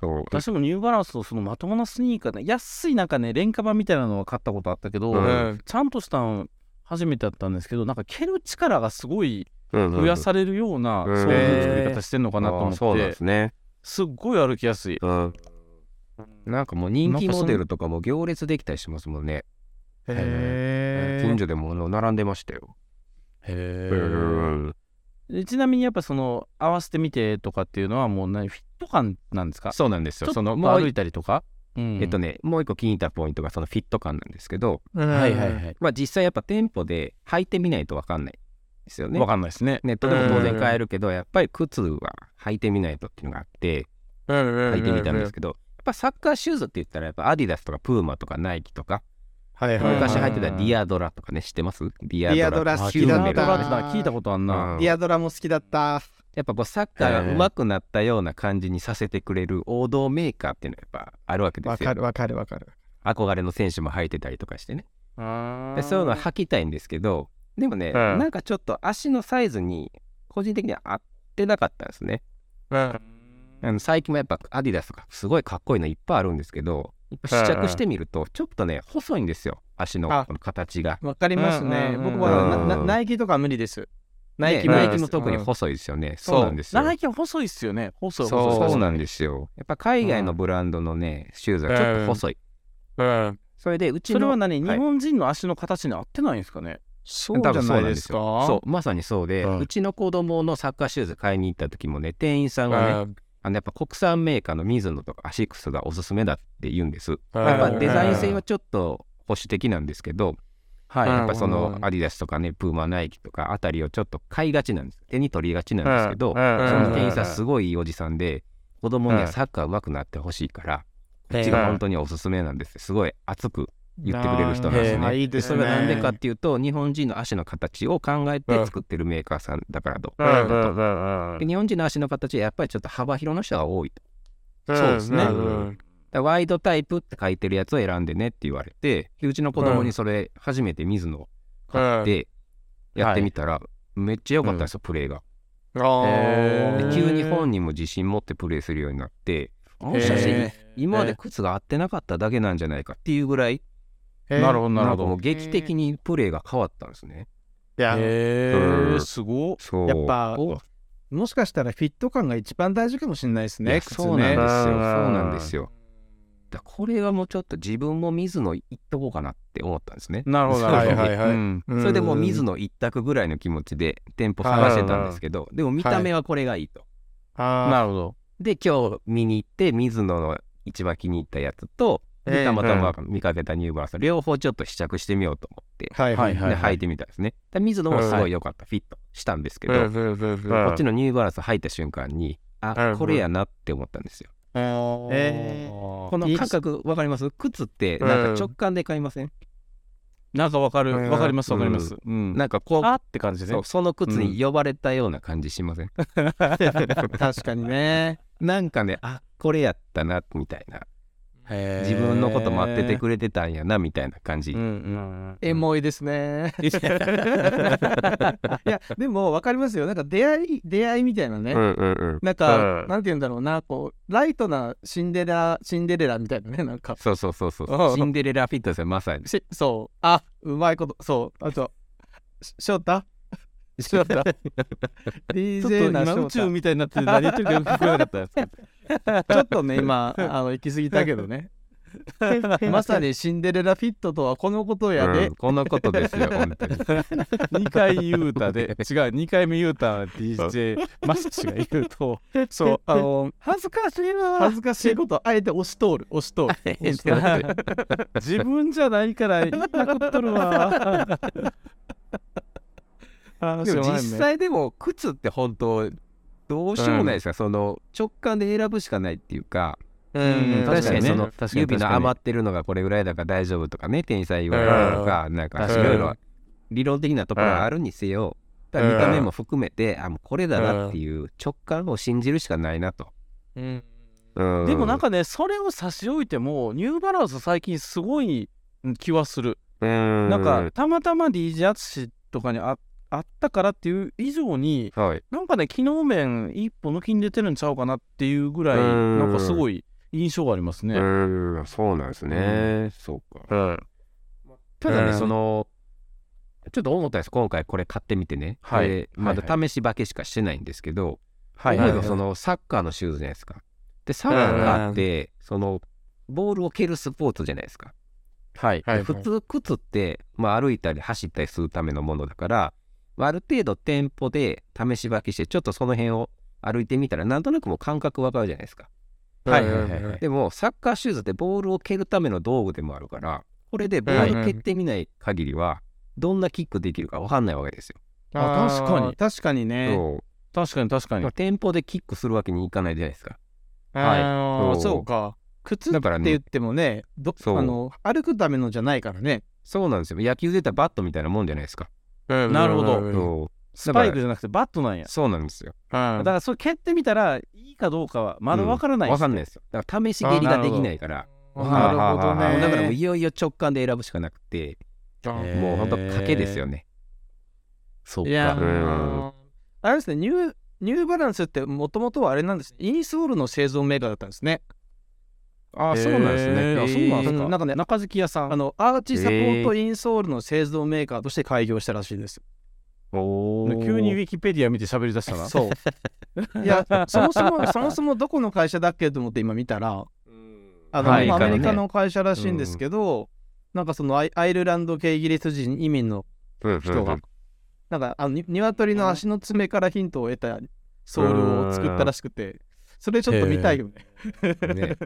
[SPEAKER 4] そう
[SPEAKER 2] 私もニューバランスのそのまともなスニーカーね安いなんかね廉価版みたいなのは買ったことあったけど、
[SPEAKER 4] うん
[SPEAKER 2] ちゃんとしたの初めてだったんですけどなんか蹴る力がすごい
[SPEAKER 4] そううんうん
[SPEAKER 2] 増やされるような、
[SPEAKER 4] うん
[SPEAKER 2] そういう作り方してんのかなと思
[SPEAKER 4] あー
[SPEAKER 2] って、
[SPEAKER 4] そうなんですね。
[SPEAKER 2] すっごい歩きやすい
[SPEAKER 4] うん。なんかもう人気モデルとかも行列できたりしますもんね。
[SPEAKER 2] へ
[SPEAKER 4] 近所でも並んでましたよ。
[SPEAKER 2] へ
[SPEAKER 4] うん
[SPEAKER 2] でちなみにやっぱその合わせてみてとかっていうのはもう何フィット感なんですか
[SPEAKER 4] そうなんです
[SPEAKER 2] ちょ
[SPEAKER 4] よ。
[SPEAKER 2] っ
[SPEAKER 4] そ
[SPEAKER 2] と
[SPEAKER 4] のもう
[SPEAKER 2] 歩いたりとか、うん
[SPEAKER 4] えっとね、もう一個気に入ったポイントがそのフィット感なんですけど、
[SPEAKER 2] はいはいはいい、
[SPEAKER 4] まあ、実際やっぱ店舗で履いてみないと分かんないですよね
[SPEAKER 2] わ。かんないですね
[SPEAKER 4] ネットでも当然買えるけど、やっぱり靴は履いてみないとっていうのがあって、
[SPEAKER 3] 履
[SPEAKER 4] 履いてみたんですけど、やっぱサッカーシューズって言ったら、やっぱアディダスとかプーマとかナイキとか、
[SPEAKER 5] はいはい。
[SPEAKER 4] 昔
[SPEAKER 3] うん
[SPEAKER 4] 履いてたディアドラとかね、知ってますディ
[SPEAKER 3] ディ
[SPEAKER 4] ア
[SPEAKER 3] ア
[SPEAKER 4] ド
[SPEAKER 3] ド
[SPEAKER 4] ラ。
[SPEAKER 2] あ
[SPEAKER 3] ラ好
[SPEAKER 2] 聞
[SPEAKER 3] き
[SPEAKER 2] いたこ
[SPEAKER 3] だ
[SPEAKER 2] と
[SPEAKER 3] った
[SPEAKER 2] あるな聞いたことあんな、
[SPEAKER 4] うん
[SPEAKER 3] ディアドラも好きだった。
[SPEAKER 4] やっぱこうサッカーが上手くなったような感じにさせてくれる王道メーカーっていうのがやっぱあるわけで
[SPEAKER 5] わ
[SPEAKER 4] すよ
[SPEAKER 5] か。るわかるわかる。
[SPEAKER 4] 憧れの選手も履いてたりとかしてね。
[SPEAKER 2] あ
[SPEAKER 4] でそういうのは履きたいんですけど、でもね、
[SPEAKER 3] うん
[SPEAKER 4] なんかちょっと足のサイズに個人的には合ってなかったんですね。あの最近もやっぱアディダスとかすごいかっこいいのいっぱいあるんですけど、やっぱ試着してみると、ちょっとね、細いんですよ、足の
[SPEAKER 3] あ
[SPEAKER 4] この形が。
[SPEAKER 3] わかりますね。
[SPEAKER 2] うんうんうん
[SPEAKER 3] 僕は
[SPEAKER 4] うん
[SPEAKER 3] ななナイキとか無理です。ナイ
[SPEAKER 4] ね
[SPEAKER 3] キ無
[SPEAKER 4] ナ
[SPEAKER 3] 理
[SPEAKER 4] イ
[SPEAKER 3] で
[SPEAKER 4] キ
[SPEAKER 3] す
[SPEAKER 4] も特に
[SPEAKER 3] うん
[SPEAKER 4] 細いですよね。そうなんですよ。
[SPEAKER 2] 長生きは細いっすよね細い細い
[SPEAKER 4] そう
[SPEAKER 2] 細い
[SPEAKER 4] なんですよ。やっぱ海外のブランドのね、シューズはちょっと細い。それで、うち
[SPEAKER 2] それは
[SPEAKER 4] の、
[SPEAKER 2] 何、
[SPEAKER 4] はい
[SPEAKER 2] 日本人の足の形に合ってないんですかね
[SPEAKER 3] そう
[SPEAKER 4] 多
[SPEAKER 3] じ
[SPEAKER 4] 分
[SPEAKER 3] ゃ
[SPEAKER 4] そうな
[SPEAKER 3] な
[SPEAKER 4] いん
[SPEAKER 3] で
[SPEAKER 4] ですす
[SPEAKER 3] か。
[SPEAKER 4] そう、まさにそうで、
[SPEAKER 2] うん
[SPEAKER 4] うちの子供のサッカーシューズ買いに行った時もね、店員さん
[SPEAKER 3] う
[SPEAKER 4] がね、
[SPEAKER 3] ん
[SPEAKER 4] あのやっぱ国産メーカーのミズノとかアシックスがおすすめだって言うんです。
[SPEAKER 3] うん
[SPEAKER 4] やっぱデザイン性はちょっと保守的なんですけど、
[SPEAKER 2] はい、
[SPEAKER 3] うん
[SPEAKER 4] やっぱそうの
[SPEAKER 3] ん
[SPEAKER 4] アディダスとかね、プーマ、ナイキとかあたりをちょっと買いがちなんです。手に取りがちなんですけど、そ
[SPEAKER 3] ん
[SPEAKER 4] の店員さんすごいいいおじさんで、子供にはサッカー上手くなってほしいから、こっちが本当におすすめなんですってすごい熱く言ってくれる人なんです
[SPEAKER 5] へーあ
[SPEAKER 4] ね。
[SPEAKER 5] いいで
[SPEAKER 4] ですそ
[SPEAKER 5] ね。
[SPEAKER 4] れはなんでかっていうと、日本人の足の形を考えて作ってるメーカーさんだからと。で日本人の足の形はやっぱりちょっと幅広の人が多いと。
[SPEAKER 3] そうですね。
[SPEAKER 4] うんだからワイドタイプって書いてるやつを選んでねって言われて、でうちの子供にそれ初めて水野を買ってやってみたら、めっちゃ良かったんですよ、プレーが。
[SPEAKER 3] あー
[SPEAKER 2] へ
[SPEAKER 4] で
[SPEAKER 2] ー
[SPEAKER 4] 急に本人も自信持ってプレーするようになって、もしかして今まで靴が合ってなかっただけなんじゃないかっていうぐらい、
[SPEAKER 5] へー
[SPEAKER 2] なるほどなる
[SPEAKER 4] な
[SPEAKER 2] ほ
[SPEAKER 4] んかも
[SPEAKER 2] ど
[SPEAKER 4] う劇的にプレーが変わったんですね。
[SPEAKER 5] いや、
[SPEAKER 2] へ
[SPEAKER 4] う
[SPEAKER 2] ー
[SPEAKER 4] ん
[SPEAKER 2] すごっ
[SPEAKER 4] そう
[SPEAKER 3] やっぱ
[SPEAKER 4] お
[SPEAKER 3] もしかしたらフィット感が一番大事かもしれないです
[SPEAKER 4] い
[SPEAKER 3] ね。
[SPEAKER 4] や
[SPEAKER 3] 靴ね
[SPEAKER 4] そうなんですよ。そう
[SPEAKER 3] うん
[SPEAKER 4] なんですよ。だからこれがもうちょっと自分も水野行っとこうかなって思ったんですね。
[SPEAKER 2] なるほどなるほど
[SPEAKER 5] はいはいはい
[SPEAKER 2] うん
[SPEAKER 4] それでもう水野一択ぐらいの気持ちで店舗探してたんですけど、でも見た目はこれがいいと。
[SPEAKER 5] あ
[SPEAKER 2] なるほど
[SPEAKER 4] で、今日見に行って、水野の一番気に入ったやつと、
[SPEAKER 5] え
[SPEAKER 4] で
[SPEAKER 5] え
[SPEAKER 4] たまたま見かけたニューバランス、両方ちょっと試着してみようと思って、
[SPEAKER 5] ーはいはい
[SPEAKER 2] は
[SPEAKER 5] はいい。
[SPEAKER 4] で、履いてみたんですね。で水野もすごい良かった、フィットしたんですけど、こっちのニューバランス履いた瞬間に、あ、これやなって思ったんですよ。
[SPEAKER 5] え
[SPEAKER 4] この感覚わかります靴ってなんか直感で買いません、
[SPEAKER 2] なんかわかる
[SPEAKER 3] うん
[SPEAKER 2] わかりますわかりますうん
[SPEAKER 4] なんかこう
[SPEAKER 2] あって感じで
[SPEAKER 4] そ
[SPEAKER 2] ね
[SPEAKER 4] う、その靴に呼ばれたような感じしません
[SPEAKER 3] 確かにね。
[SPEAKER 4] なんかね、あこれやったな、みたいな。自分のこと待っててくれてたんやな、みたいな感じ。
[SPEAKER 2] うんうん
[SPEAKER 3] エモいですね。いやでも分かりますよ。なんか出会い出会いみたいなね。
[SPEAKER 4] うん
[SPEAKER 3] なんか、
[SPEAKER 2] うん
[SPEAKER 3] なんて言うんだろうな、こう、ライトなシンデレラ、シンデレラみたいなね、なんか、
[SPEAKER 4] そうそうそうそうう。
[SPEAKER 3] ん
[SPEAKER 4] シンデレラフィットですよ、まさに。
[SPEAKER 3] しそう、あ、うまいこと、そう、あと、し翔 太
[SPEAKER 2] ち
[SPEAKER 3] 翔太
[SPEAKER 2] ょっ
[SPEAKER 3] ?DJ
[SPEAKER 2] と
[SPEAKER 3] な
[SPEAKER 2] 今
[SPEAKER 3] 翔
[SPEAKER 2] 宇
[SPEAKER 3] 太。
[SPEAKER 2] 宙みたいになってて何言ってるかよく聞こえなかった ですけど
[SPEAKER 3] ちょっとね、今、あの、行き過ぎたけど ね。まさにシンデレラフィットとはこのことやで
[SPEAKER 4] うん。このことですよ、本当に。
[SPEAKER 2] 2回言うたで違う2回目言うた DJ マスチが言うと
[SPEAKER 3] そう、あの、
[SPEAKER 2] 恥ずかしいな
[SPEAKER 3] 恥ずかしいこと、あえて押し通る、押し通る。押し通る
[SPEAKER 2] 自分じゃないから言いなこっとるわ。 あ
[SPEAKER 4] でも実際でも、靴って本当、どうしようもないですか、その直感で選ぶしかないっていうか、
[SPEAKER 2] うん
[SPEAKER 4] 確かにその
[SPEAKER 2] 確かに
[SPEAKER 4] 指
[SPEAKER 2] 確か
[SPEAKER 4] の
[SPEAKER 2] に
[SPEAKER 4] 余ってるのがこれぐらいだから大丈夫とかね、店員さん言われたりとか、なんかい
[SPEAKER 2] 確
[SPEAKER 3] かに
[SPEAKER 4] ろいろ理論的なところがあるにせよ、だから見た目も含めて、あ、もうこれだなっていう直感を信じるしかないなと。
[SPEAKER 3] うん
[SPEAKER 2] でもなん
[SPEAKER 4] か、
[SPEAKER 2] かねそれを差し置いてもニューバランス最近すごい気はする。
[SPEAKER 4] な
[SPEAKER 2] なんか、たまたま DJ 淳とかにああったからっていう以上に
[SPEAKER 4] はい。
[SPEAKER 2] なんかね機能面一歩抜きに出てるんちゃうかなっていうぐらい
[SPEAKER 4] うん
[SPEAKER 2] なんかすごい印象がありますね。
[SPEAKER 4] うん、そうなんですね。そうか。ただ
[SPEAKER 3] う
[SPEAKER 4] ね、
[SPEAKER 3] ん
[SPEAKER 4] その、ちょっと思ったんです。今回これ買ってみてね。
[SPEAKER 2] はい
[SPEAKER 4] でまだ試し履けしかしてないんですけど、
[SPEAKER 2] はい
[SPEAKER 4] 思
[SPEAKER 2] はいい
[SPEAKER 4] が
[SPEAKER 2] はい
[SPEAKER 4] そのサッカーのシューズじゃないですか。で、サッカーって、その、ボールを蹴るスポーツじゃないですか。
[SPEAKER 2] はい
[SPEAKER 4] で普通靴って、まあ、歩いたり走ったりするためのものだからある程度店舗で試し履きして、ちょっとその辺を歩いてみたら、なんとなくもう感覚わかるじゃないですか。
[SPEAKER 2] はいはいはいはい。
[SPEAKER 4] でも、サッカーシューズってボールを蹴るための道具でもあるから、これでボール蹴ってみない限りは、どんなキックできるかわかんないわけですよ。
[SPEAKER 3] あ
[SPEAKER 2] あ
[SPEAKER 3] ー
[SPEAKER 2] 確かに
[SPEAKER 3] 確かにね
[SPEAKER 4] そ
[SPEAKER 2] 確かに確か
[SPEAKER 4] う
[SPEAKER 2] に
[SPEAKER 4] まあ。店舗でキックするわけにいかないじゃないですか。
[SPEAKER 2] はい
[SPEAKER 3] あー
[SPEAKER 4] そう
[SPEAKER 3] そうか靴って
[SPEAKER 4] だからね
[SPEAKER 3] 言ってもねどあ
[SPEAKER 4] そう
[SPEAKER 3] の歩くためのじゃないからね
[SPEAKER 4] そうなんですよ。野球で言ったらバットみたいなもんじゃないですか。
[SPEAKER 2] なるほどうん
[SPEAKER 4] そう
[SPEAKER 2] スパイクじゃなくてバットなんや。
[SPEAKER 4] そうなんですよ。
[SPEAKER 2] だ
[SPEAKER 3] は
[SPEAKER 2] からそれ蹴ってみたらいいかどうかはまだわからない
[SPEAKER 4] わ
[SPEAKER 2] し
[SPEAKER 4] かんないですよ。だから試し蹴りができないから。
[SPEAKER 3] いなるほど
[SPEAKER 4] あ
[SPEAKER 3] ね
[SPEAKER 4] だからもういよいよ直感で選ぶしかなくて、
[SPEAKER 2] えー
[SPEAKER 4] もう本当賭けですよね。
[SPEAKER 2] そう
[SPEAKER 3] いや
[SPEAKER 2] か。
[SPEAKER 3] ーあれですねニューニューバランスってもともとはあれなんですインソールの製造メーカーだったんですね
[SPEAKER 4] あ
[SPEAKER 2] そうなんですねあそうなんですか
[SPEAKER 3] なんかね
[SPEAKER 2] 中敷き屋さ
[SPEAKER 3] あ
[SPEAKER 2] ん。
[SPEAKER 3] のアーチサポートインソールの製造メーカーとして開業したらしいです
[SPEAKER 4] おー
[SPEAKER 2] 急にウィキペディア見て喋り出したな。
[SPEAKER 3] そういやそもそもそもそもどこの会社だっけと思って今見たらあの、
[SPEAKER 2] はい
[SPEAKER 3] まあアメリカ
[SPEAKER 4] ね
[SPEAKER 3] の会社らしいんですけど、なんかそのアイアイルランド系イギリス人移民の人が、なんかあのに鶏の足の爪からヒントを得たソールを作ったらしくて、それちょっと見たいよね。
[SPEAKER 4] ね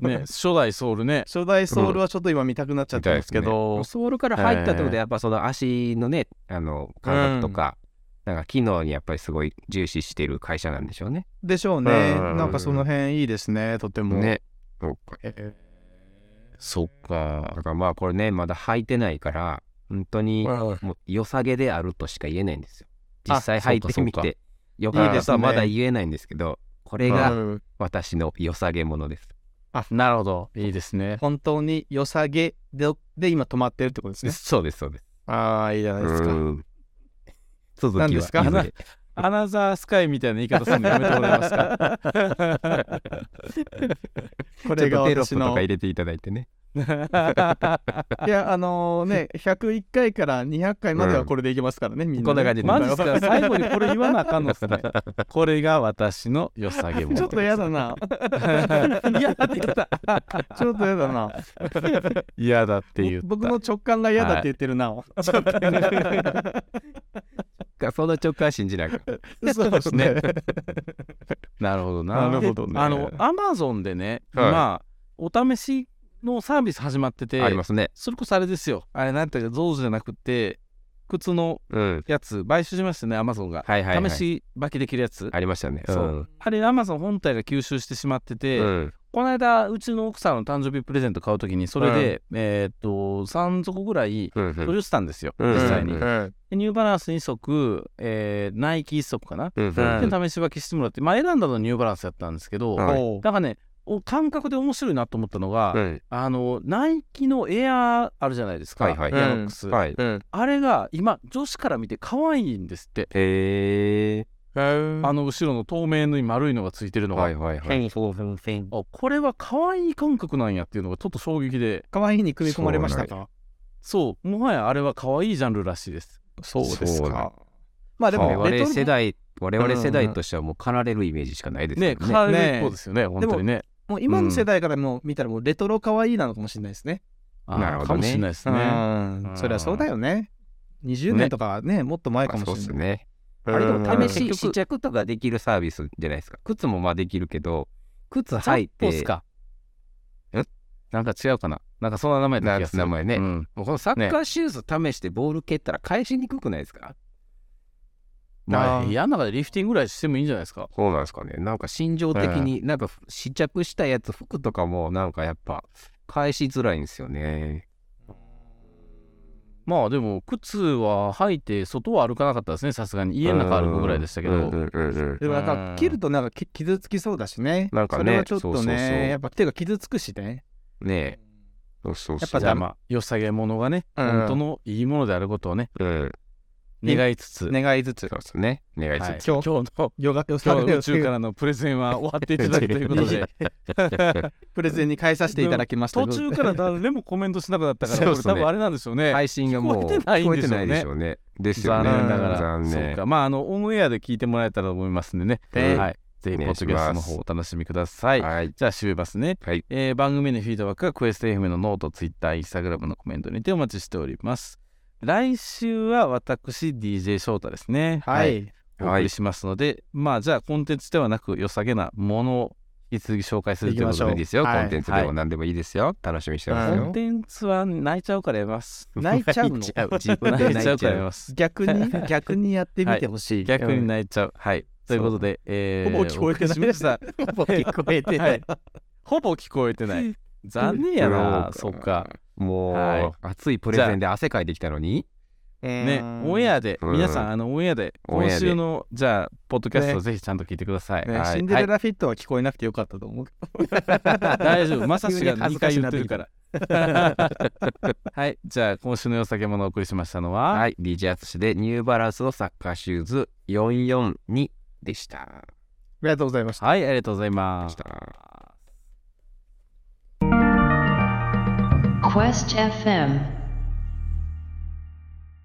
[SPEAKER 2] ね、初代ソウルね。
[SPEAKER 3] 初代ソールはちょっと今見たくなっちゃったんですけど、
[SPEAKER 4] ソウルから入ったってことでやっぱその足のねあの感覚とか、なんか機能にやっぱりすごい重視してる会社なんでしょうね。
[SPEAKER 3] でしょうね、
[SPEAKER 4] うん
[SPEAKER 3] なんかその辺いいですね、とても。
[SPEAKER 4] ね。そうか
[SPEAKER 2] そっか。
[SPEAKER 4] だからまあこれねまだ履いてないから本当に
[SPEAKER 3] うん
[SPEAKER 4] もう良さげであるとしか言えないんですよ。
[SPEAKER 3] あ
[SPEAKER 4] 実際履いてみ
[SPEAKER 2] そうかそう
[SPEAKER 4] てよか
[SPEAKER 3] い
[SPEAKER 4] っ
[SPEAKER 3] いで
[SPEAKER 4] た
[SPEAKER 3] す
[SPEAKER 4] と
[SPEAKER 3] ね
[SPEAKER 4] はまだ言えないんですけどこれ
[SPEAKER 3] う
[SPEAKER 4] が
[SPEAKER 3] ん
[SPEAKER 4] 私の良さげものです。
[SPEAKER 2] なるほど。いいですね。
[SPEAKER 3] 本当に良さげでで今止まってるってことですね。
[SPEAKER 4] そうですそうです。
[SPEAKER 3] ああ、いいじゃないですか。
[SPEAKER 4] うん続きは
[SPEAKER 3] 何ですか
[SPEAKER 4] いずれ
[SPEAKER 2] アナザースカイみたいな言い方するのやめてもらえますか。
[SPEAKER 4] ち
[SPEAKER 3] こ
[SPEAKER 4] ょっ
[SPEAKER 3] れが
[SPEAKER 4] とテロッ
[SPEAKER 3] 私
[SPEAKER 4] プとか
[SPEAKER 3] の
[SPEAKER 4] 入。れていただいてね。
[SPEAKER 3] いや、あのね、101回から200回まではこれでいけますからね、みんなね。
[SPEAKER 4] こんな感じで
[SPEAKER 2] マジっす か最後にこれ言わなあかんのっすね。これが私の良さげもの。
[SPEAKER 3] ちょっと嫌だな。
[SPEAKER 2] 嫌だって言った。
[SPEAKER 3] ちょっと嫌だ な。
[SPEAKER 2] 嫌だって言った。
[SPEAKER 3] 僕の直感が嫌だって言ってるな。
[SPEAKER 4] そんな直感信じないから。
[SPEAKER 3] そうですね。
[SPEAKER 2] なるほどな。
[SPEAKER 4] なるほどね
[SPEAKER 2] であの、アマゾンでね、
[SPEAKER 4] はい
[SPEAKER 2] 今、お試しのサービス始まってて、
[SPEAKER 4] ありますね。
[SPEAKER 2] それこそあれですよ。あれ、なんていうか、ゾウじゃなくて、靴の
[SPEAKER 4] うん。
[SPEAKER 2] やつ、買収しましたね、アマゾンが。
[SPEAKER 4] はいはい、はい。
[SPEAKER 2] 試し履きできるやつ。
[SPEAKER 4] ありましたね。。
[SPEAKER 2] そうんあれ、アマゾン本体が吸収してしまってて、
[SPEAKER 4] うん
[SPEAKER 2] この間、うちの奥さんの誕生日プレゼント買うときに、それで、えーっと、3足ぐらい、
[SPEAKER 4] うんう
[SPEAKER 2] 取
[SPEAKER 4] ん
[SPEAKER 2] り寄せたんですよ、
[SPEAKER 4] うん
[SPEAKER 2] 実際に。
[SPEAKER 4] うん
[SPEAKER 3] うん
[SPEAKER 2] でニューバランス2足、えーナイキ1足かな。
[SPEAKER 4] うん
[SPEAKER 2] で試し履きしてもらって、まあ、選んだのはニューバランスだったんですけど、
[SPEAKER 4] うん
[SPEAKER 3] おう
[SPEAKER 2] だからね、お感覚で面白いなと思ったのが、
[SPEAKER 4] うん
[SPEAKER 2] あのナイキのエアーあるじゃないですか、
[SPEAKER 4] はいはい
[SPEAKER 2] エアロックス、
[SPEAKER 4] はい。
[SPEAKER 3] うん。
[SPEAKER 2] あれが今、女子から見て可愛いんですって、
[SPEAKER 4] へえ。
[SPEAKER 2] あの後ろの透明の丸いのがついてるのが、
[SPEAKER 4] はいはいはい。
[SPEAKER 2] あこれは可愛い感覚なんやっていうのがちょっと衝撃で、
[SPEAKER 3] 可愛いに組み込まれましたか
[SPEAKER 2] そう、もはやあれは可愛いジャンルらしいです。
[SPEAKER 3] そう
[SPEAKER 4] なんやそうなんや。
[SPEAKER 3] まあで
[SPEAKER 4] 我
[SPEAKER 3] も、レ
[SPEAKER 4] 々
[SPEAKER 3] ト
[SPEAKER 4] 世
[SPEAKER 3] ルト
[SPEAKER 4] 代、我々世代としてはもう駆られるイメージしかないです
[SPEAKER 2] ね、
[SPEAKER 4] けど
[SPEAKER 2] 可
[SPEAKER 4] ね。
[SPEAKER 2] 愛い一方ですよね、本当にね。
[SPEAKER 3] もう今の世代からも見たらもうレトロ可愛いなのかもしれないですね。
[SPEAKER 2] あー
[SPEAKER 4] なるほどね
[SPEAKER 2] かもしれないです
[SPEAKER 3] う
[SPEAKER 2] ね。
[SPEAKER 3] ん
[SPEAKER 2] う。ん
[SPEAKER 3] そりゃそうだよね。20年とかはね、もっと前か
[SPEAKER 4] あ
[SPEAKER 3] もし
[SPEAKER 4] そ
[SPEAKER 3] れ
[SPEAKER 4] う
[SPEAKER 3] な
[SPEAKER 4] で
[SPEAKER 3] い
[SPEAKER 4] す。ね。
[SPEAKER 3] うん
[SPEAKER 4] あれでも試
[SPEAKER 3] 結
[SPEAKER 4] し
[SPEAKER 3] 局
[SPEAKER 4] 試着とかできるサービスじゃないですか。靴もまあできるけど、靴履い
[SPEAKER 2] そう
[SPEAKER 4] て
[SPEAKER 2] っす、か。
[SPEAKER 4] え
[SPEAKER 2] なんか違うかな。なんかそんな名前だった気がする
[SPEAKER 4] なんか名前ね
[SPEAKER 2] うん
[SPEAKER 4] もうこのサッカーシューズ試してボール蹴ったら返しにくくないですか
[SPEAKER 2] ま
[SPEAKER 3] あ
[SPEAKER 2] あ、
[SPEAKER 3] ー
[SPEAKER 2] 嫌な中でリフティングぐらいしてもいいんじゃないですか。
[SPEAKER 4] そうなんですかね。なんか心情的に、なんか試着したやつ、服とかも、なんかやっぱ、返しづらいんですよね。
[SPEAKER 2] まあでも、靴は履いて、外は歩かなかったですね、さすがに。家の中歩くぐらいでしたけ
[SPEAKER 4] うんう
[SPEAKER 2] ど。
[SPEAKER 4] んうんうん
[SPEAKER 3] でもなんか切るとなんかき傷つきそうだしね。
[SPEAKER 4] なんかね
[SPEAKER 3] それはちょっとね、
[SPEAKER 4] そうそうそう
[SPEAKER 3] やっぱ手が傷つくしね。
[SPEAKER 4] ねえ。そうそう
[SPEAKER 3] やっ
[SPEAKER 4] そ
[SPEAKER 3] ぱ
[SPEAKER 4] う。
[SPEAKER 2] じゃあまあ、良さげものがね、
[SPEAKER 3] うん
[SPEAKER 2] 本当のいいものであることをね、
[SPEAKER 4] うん。
[SPEAKER 2] 願いつつ。
[SPEAKER 3] 願いつ
[SPEAKER 4] そ
[SPEAKER 3] つ
[SPEAKER 4] う。ですね。願い
[SPEAKER 2] はい
[SPEAKER 4] つつ。
[SPEAKER 2] 今日今日の
[SPEAKER 3] ヨガヨ
[SPEAKER 2] 今
[SPEAKER 3] ガ
[SPEAKER 2] 日の宇宙からのプレゼンは終わっていただくということで
[SPEAKER 3] プレゼンに変えさせていただきました
[SPEAKER 2] 途中から誰もコメントしなくなったから
[SPEAKER 4] そうっ
[SPEAKER 2] これ
[SPEAKER 4] すね
[SPEAKER 2] 多分あれなんでしょうね、
[SPEAKER 4] 配信がもう、
[SPEAKER 2] 聞こえてないんでし
[SPEAKER 4] 聞こえてないでし
[SPEAKER 2] ょうね
[SPEAKER 4] ょうね。ですよ
[SPEAKER 2] 残
[SPEAKER 4] ね。
[SPEAKER 2] 念ながら
[SPEAKER 4] 残
[SPEAKER 2] そう
[SPEAKER 4] 念
[SPEAKER 2] か。まああのオンエアで聞いてもらえたらと思いますんでね、
[SPEAKER 4] ええ
[SPEAKER 2] はい、ぜひ
[SPEAKER 4] お
[SPEAKER 2] ポ
[SPEAKER 4] 願
[SPEAKER 2] ッド
[SPEAKER 4] いし
[SPEAKER 2] キャス
[SPEAKER 4] ます
[SPEAKER 2] トの方お楽しみください
[SPEAKER 4] はい。
[SPEAKER 2] じゃあ締めますね、
[SPEAKER 4] はい
[SPEAKER 2] えー番組のフィードバックはクエスト FM のノート、ツイッター、インスタグラムのコメントにてお待ちしております。来週は私 DJ 翔太ですね。
[SPEAKER 3] はい。
[SPEAKER 2] お送りしますので、まあじゃあコンテンツではなく良さげなものを引き続き紹介する
[SPEAKER 4] と
[SPEAKER 2] と
[SPEAKER 4] い
[SPEAKER 2] いうう
[SPEAKER 4] こ
[SPEAKER 2] ことと
[SPEAKER 4] でい
[SPEAKER 2] で
[SPEAKER 4] いですよ、
[SPEAKER 5] はい
[SPEAKER 4] コンテンツでも何でもいいですよ、楽しみにしてます
[SPEAKER 5] は
[SPEAKER 2] コ
[SPEAKER 5] い
[SPEAKER 4] よ
[SPEAKER 2] ン、テンツは泣いちゃうからやめます。
[SPEAKER 3] 泣いち ゃうの
[SPEAKER 5] 泣いちゃう自分で
[SPEAKER 2] 泣いち
[SPEAKER 5] 泣
[SPEAKER 2] ゃ
[SPEAKER 5] いうち
[SPEAKER 2] からや
[SPEAKER 5] ゃ
[SPEAKER 2] め
[SPEAKER 5] う。
[SPEAKER 2] ます。
[SPEAKER 3] 逆に、逆にやってみてほしい。
[SPEAKER 2] 逆に泣いちゃう。はい。ということで、えー、
[SPEAKER 3] ほぼ聞こえてない
[SPEAKER 2] お送りしました。
[SPEAKER 5] ほぼ聞こえて
[SPEAKER 2] は
[SPEAKER 5] ない
[SPEAKER 2] い。ほぼ聞こえてない。残念やな、そ
[SPEAKER 4] そう
[SPEAKER 2] っ
[SPEAKER 4] か
[SPEAKER 2] か。
[SPEAKER 4] もう、
[SPEAKER 2] はい
[SPEAKER 4] 熱いプレゼンで汗かいてきたのに
[SPEAKER 2] ね、オンエアで、
[SPEAKER 4] うん
[SPEAKER 2] 皆さん、あの、オンエアで、
[SPEAKER 4] オンエア
[SPEAKER 2] 今
[SPEAKER 4] で
[SPEAKER 2] 週の、じゃあ、ポッドキャストをぜひちゃんと聞いてください。
[SPEAKER 3] ね
[SPEAKER 2] はい
[SPEAKER 3] シンデレラフィットは聞こえなくてよかったと思う。
[SPEAKER 2] はい 大丈夫、まさし
[SPEAKER 3] 急
[SPEAKER 2] が
[SPEAKER 3] に恥
[SPEAKER 2] 2回言っ
[SPEAKER 3] ずかしなって
[SPEAKER 2] る
[SPEAKER 3] てきた
[SPEAKER 2] から。 はい、じゃあ、今週のよさげものをお送りしましたのは、
[SPEAKER 4] はい、DJ 淳でニューバランスのサッカーシューズ442でした。
[SPEAKER 5] りがとうございました。
[SPEAKER 2] はい、ありがとうございま
[SPEAKER 4] でし
[SPEAKER 2] す。
[SPEAKER 4] た
[SPEAKER 1] Quest FM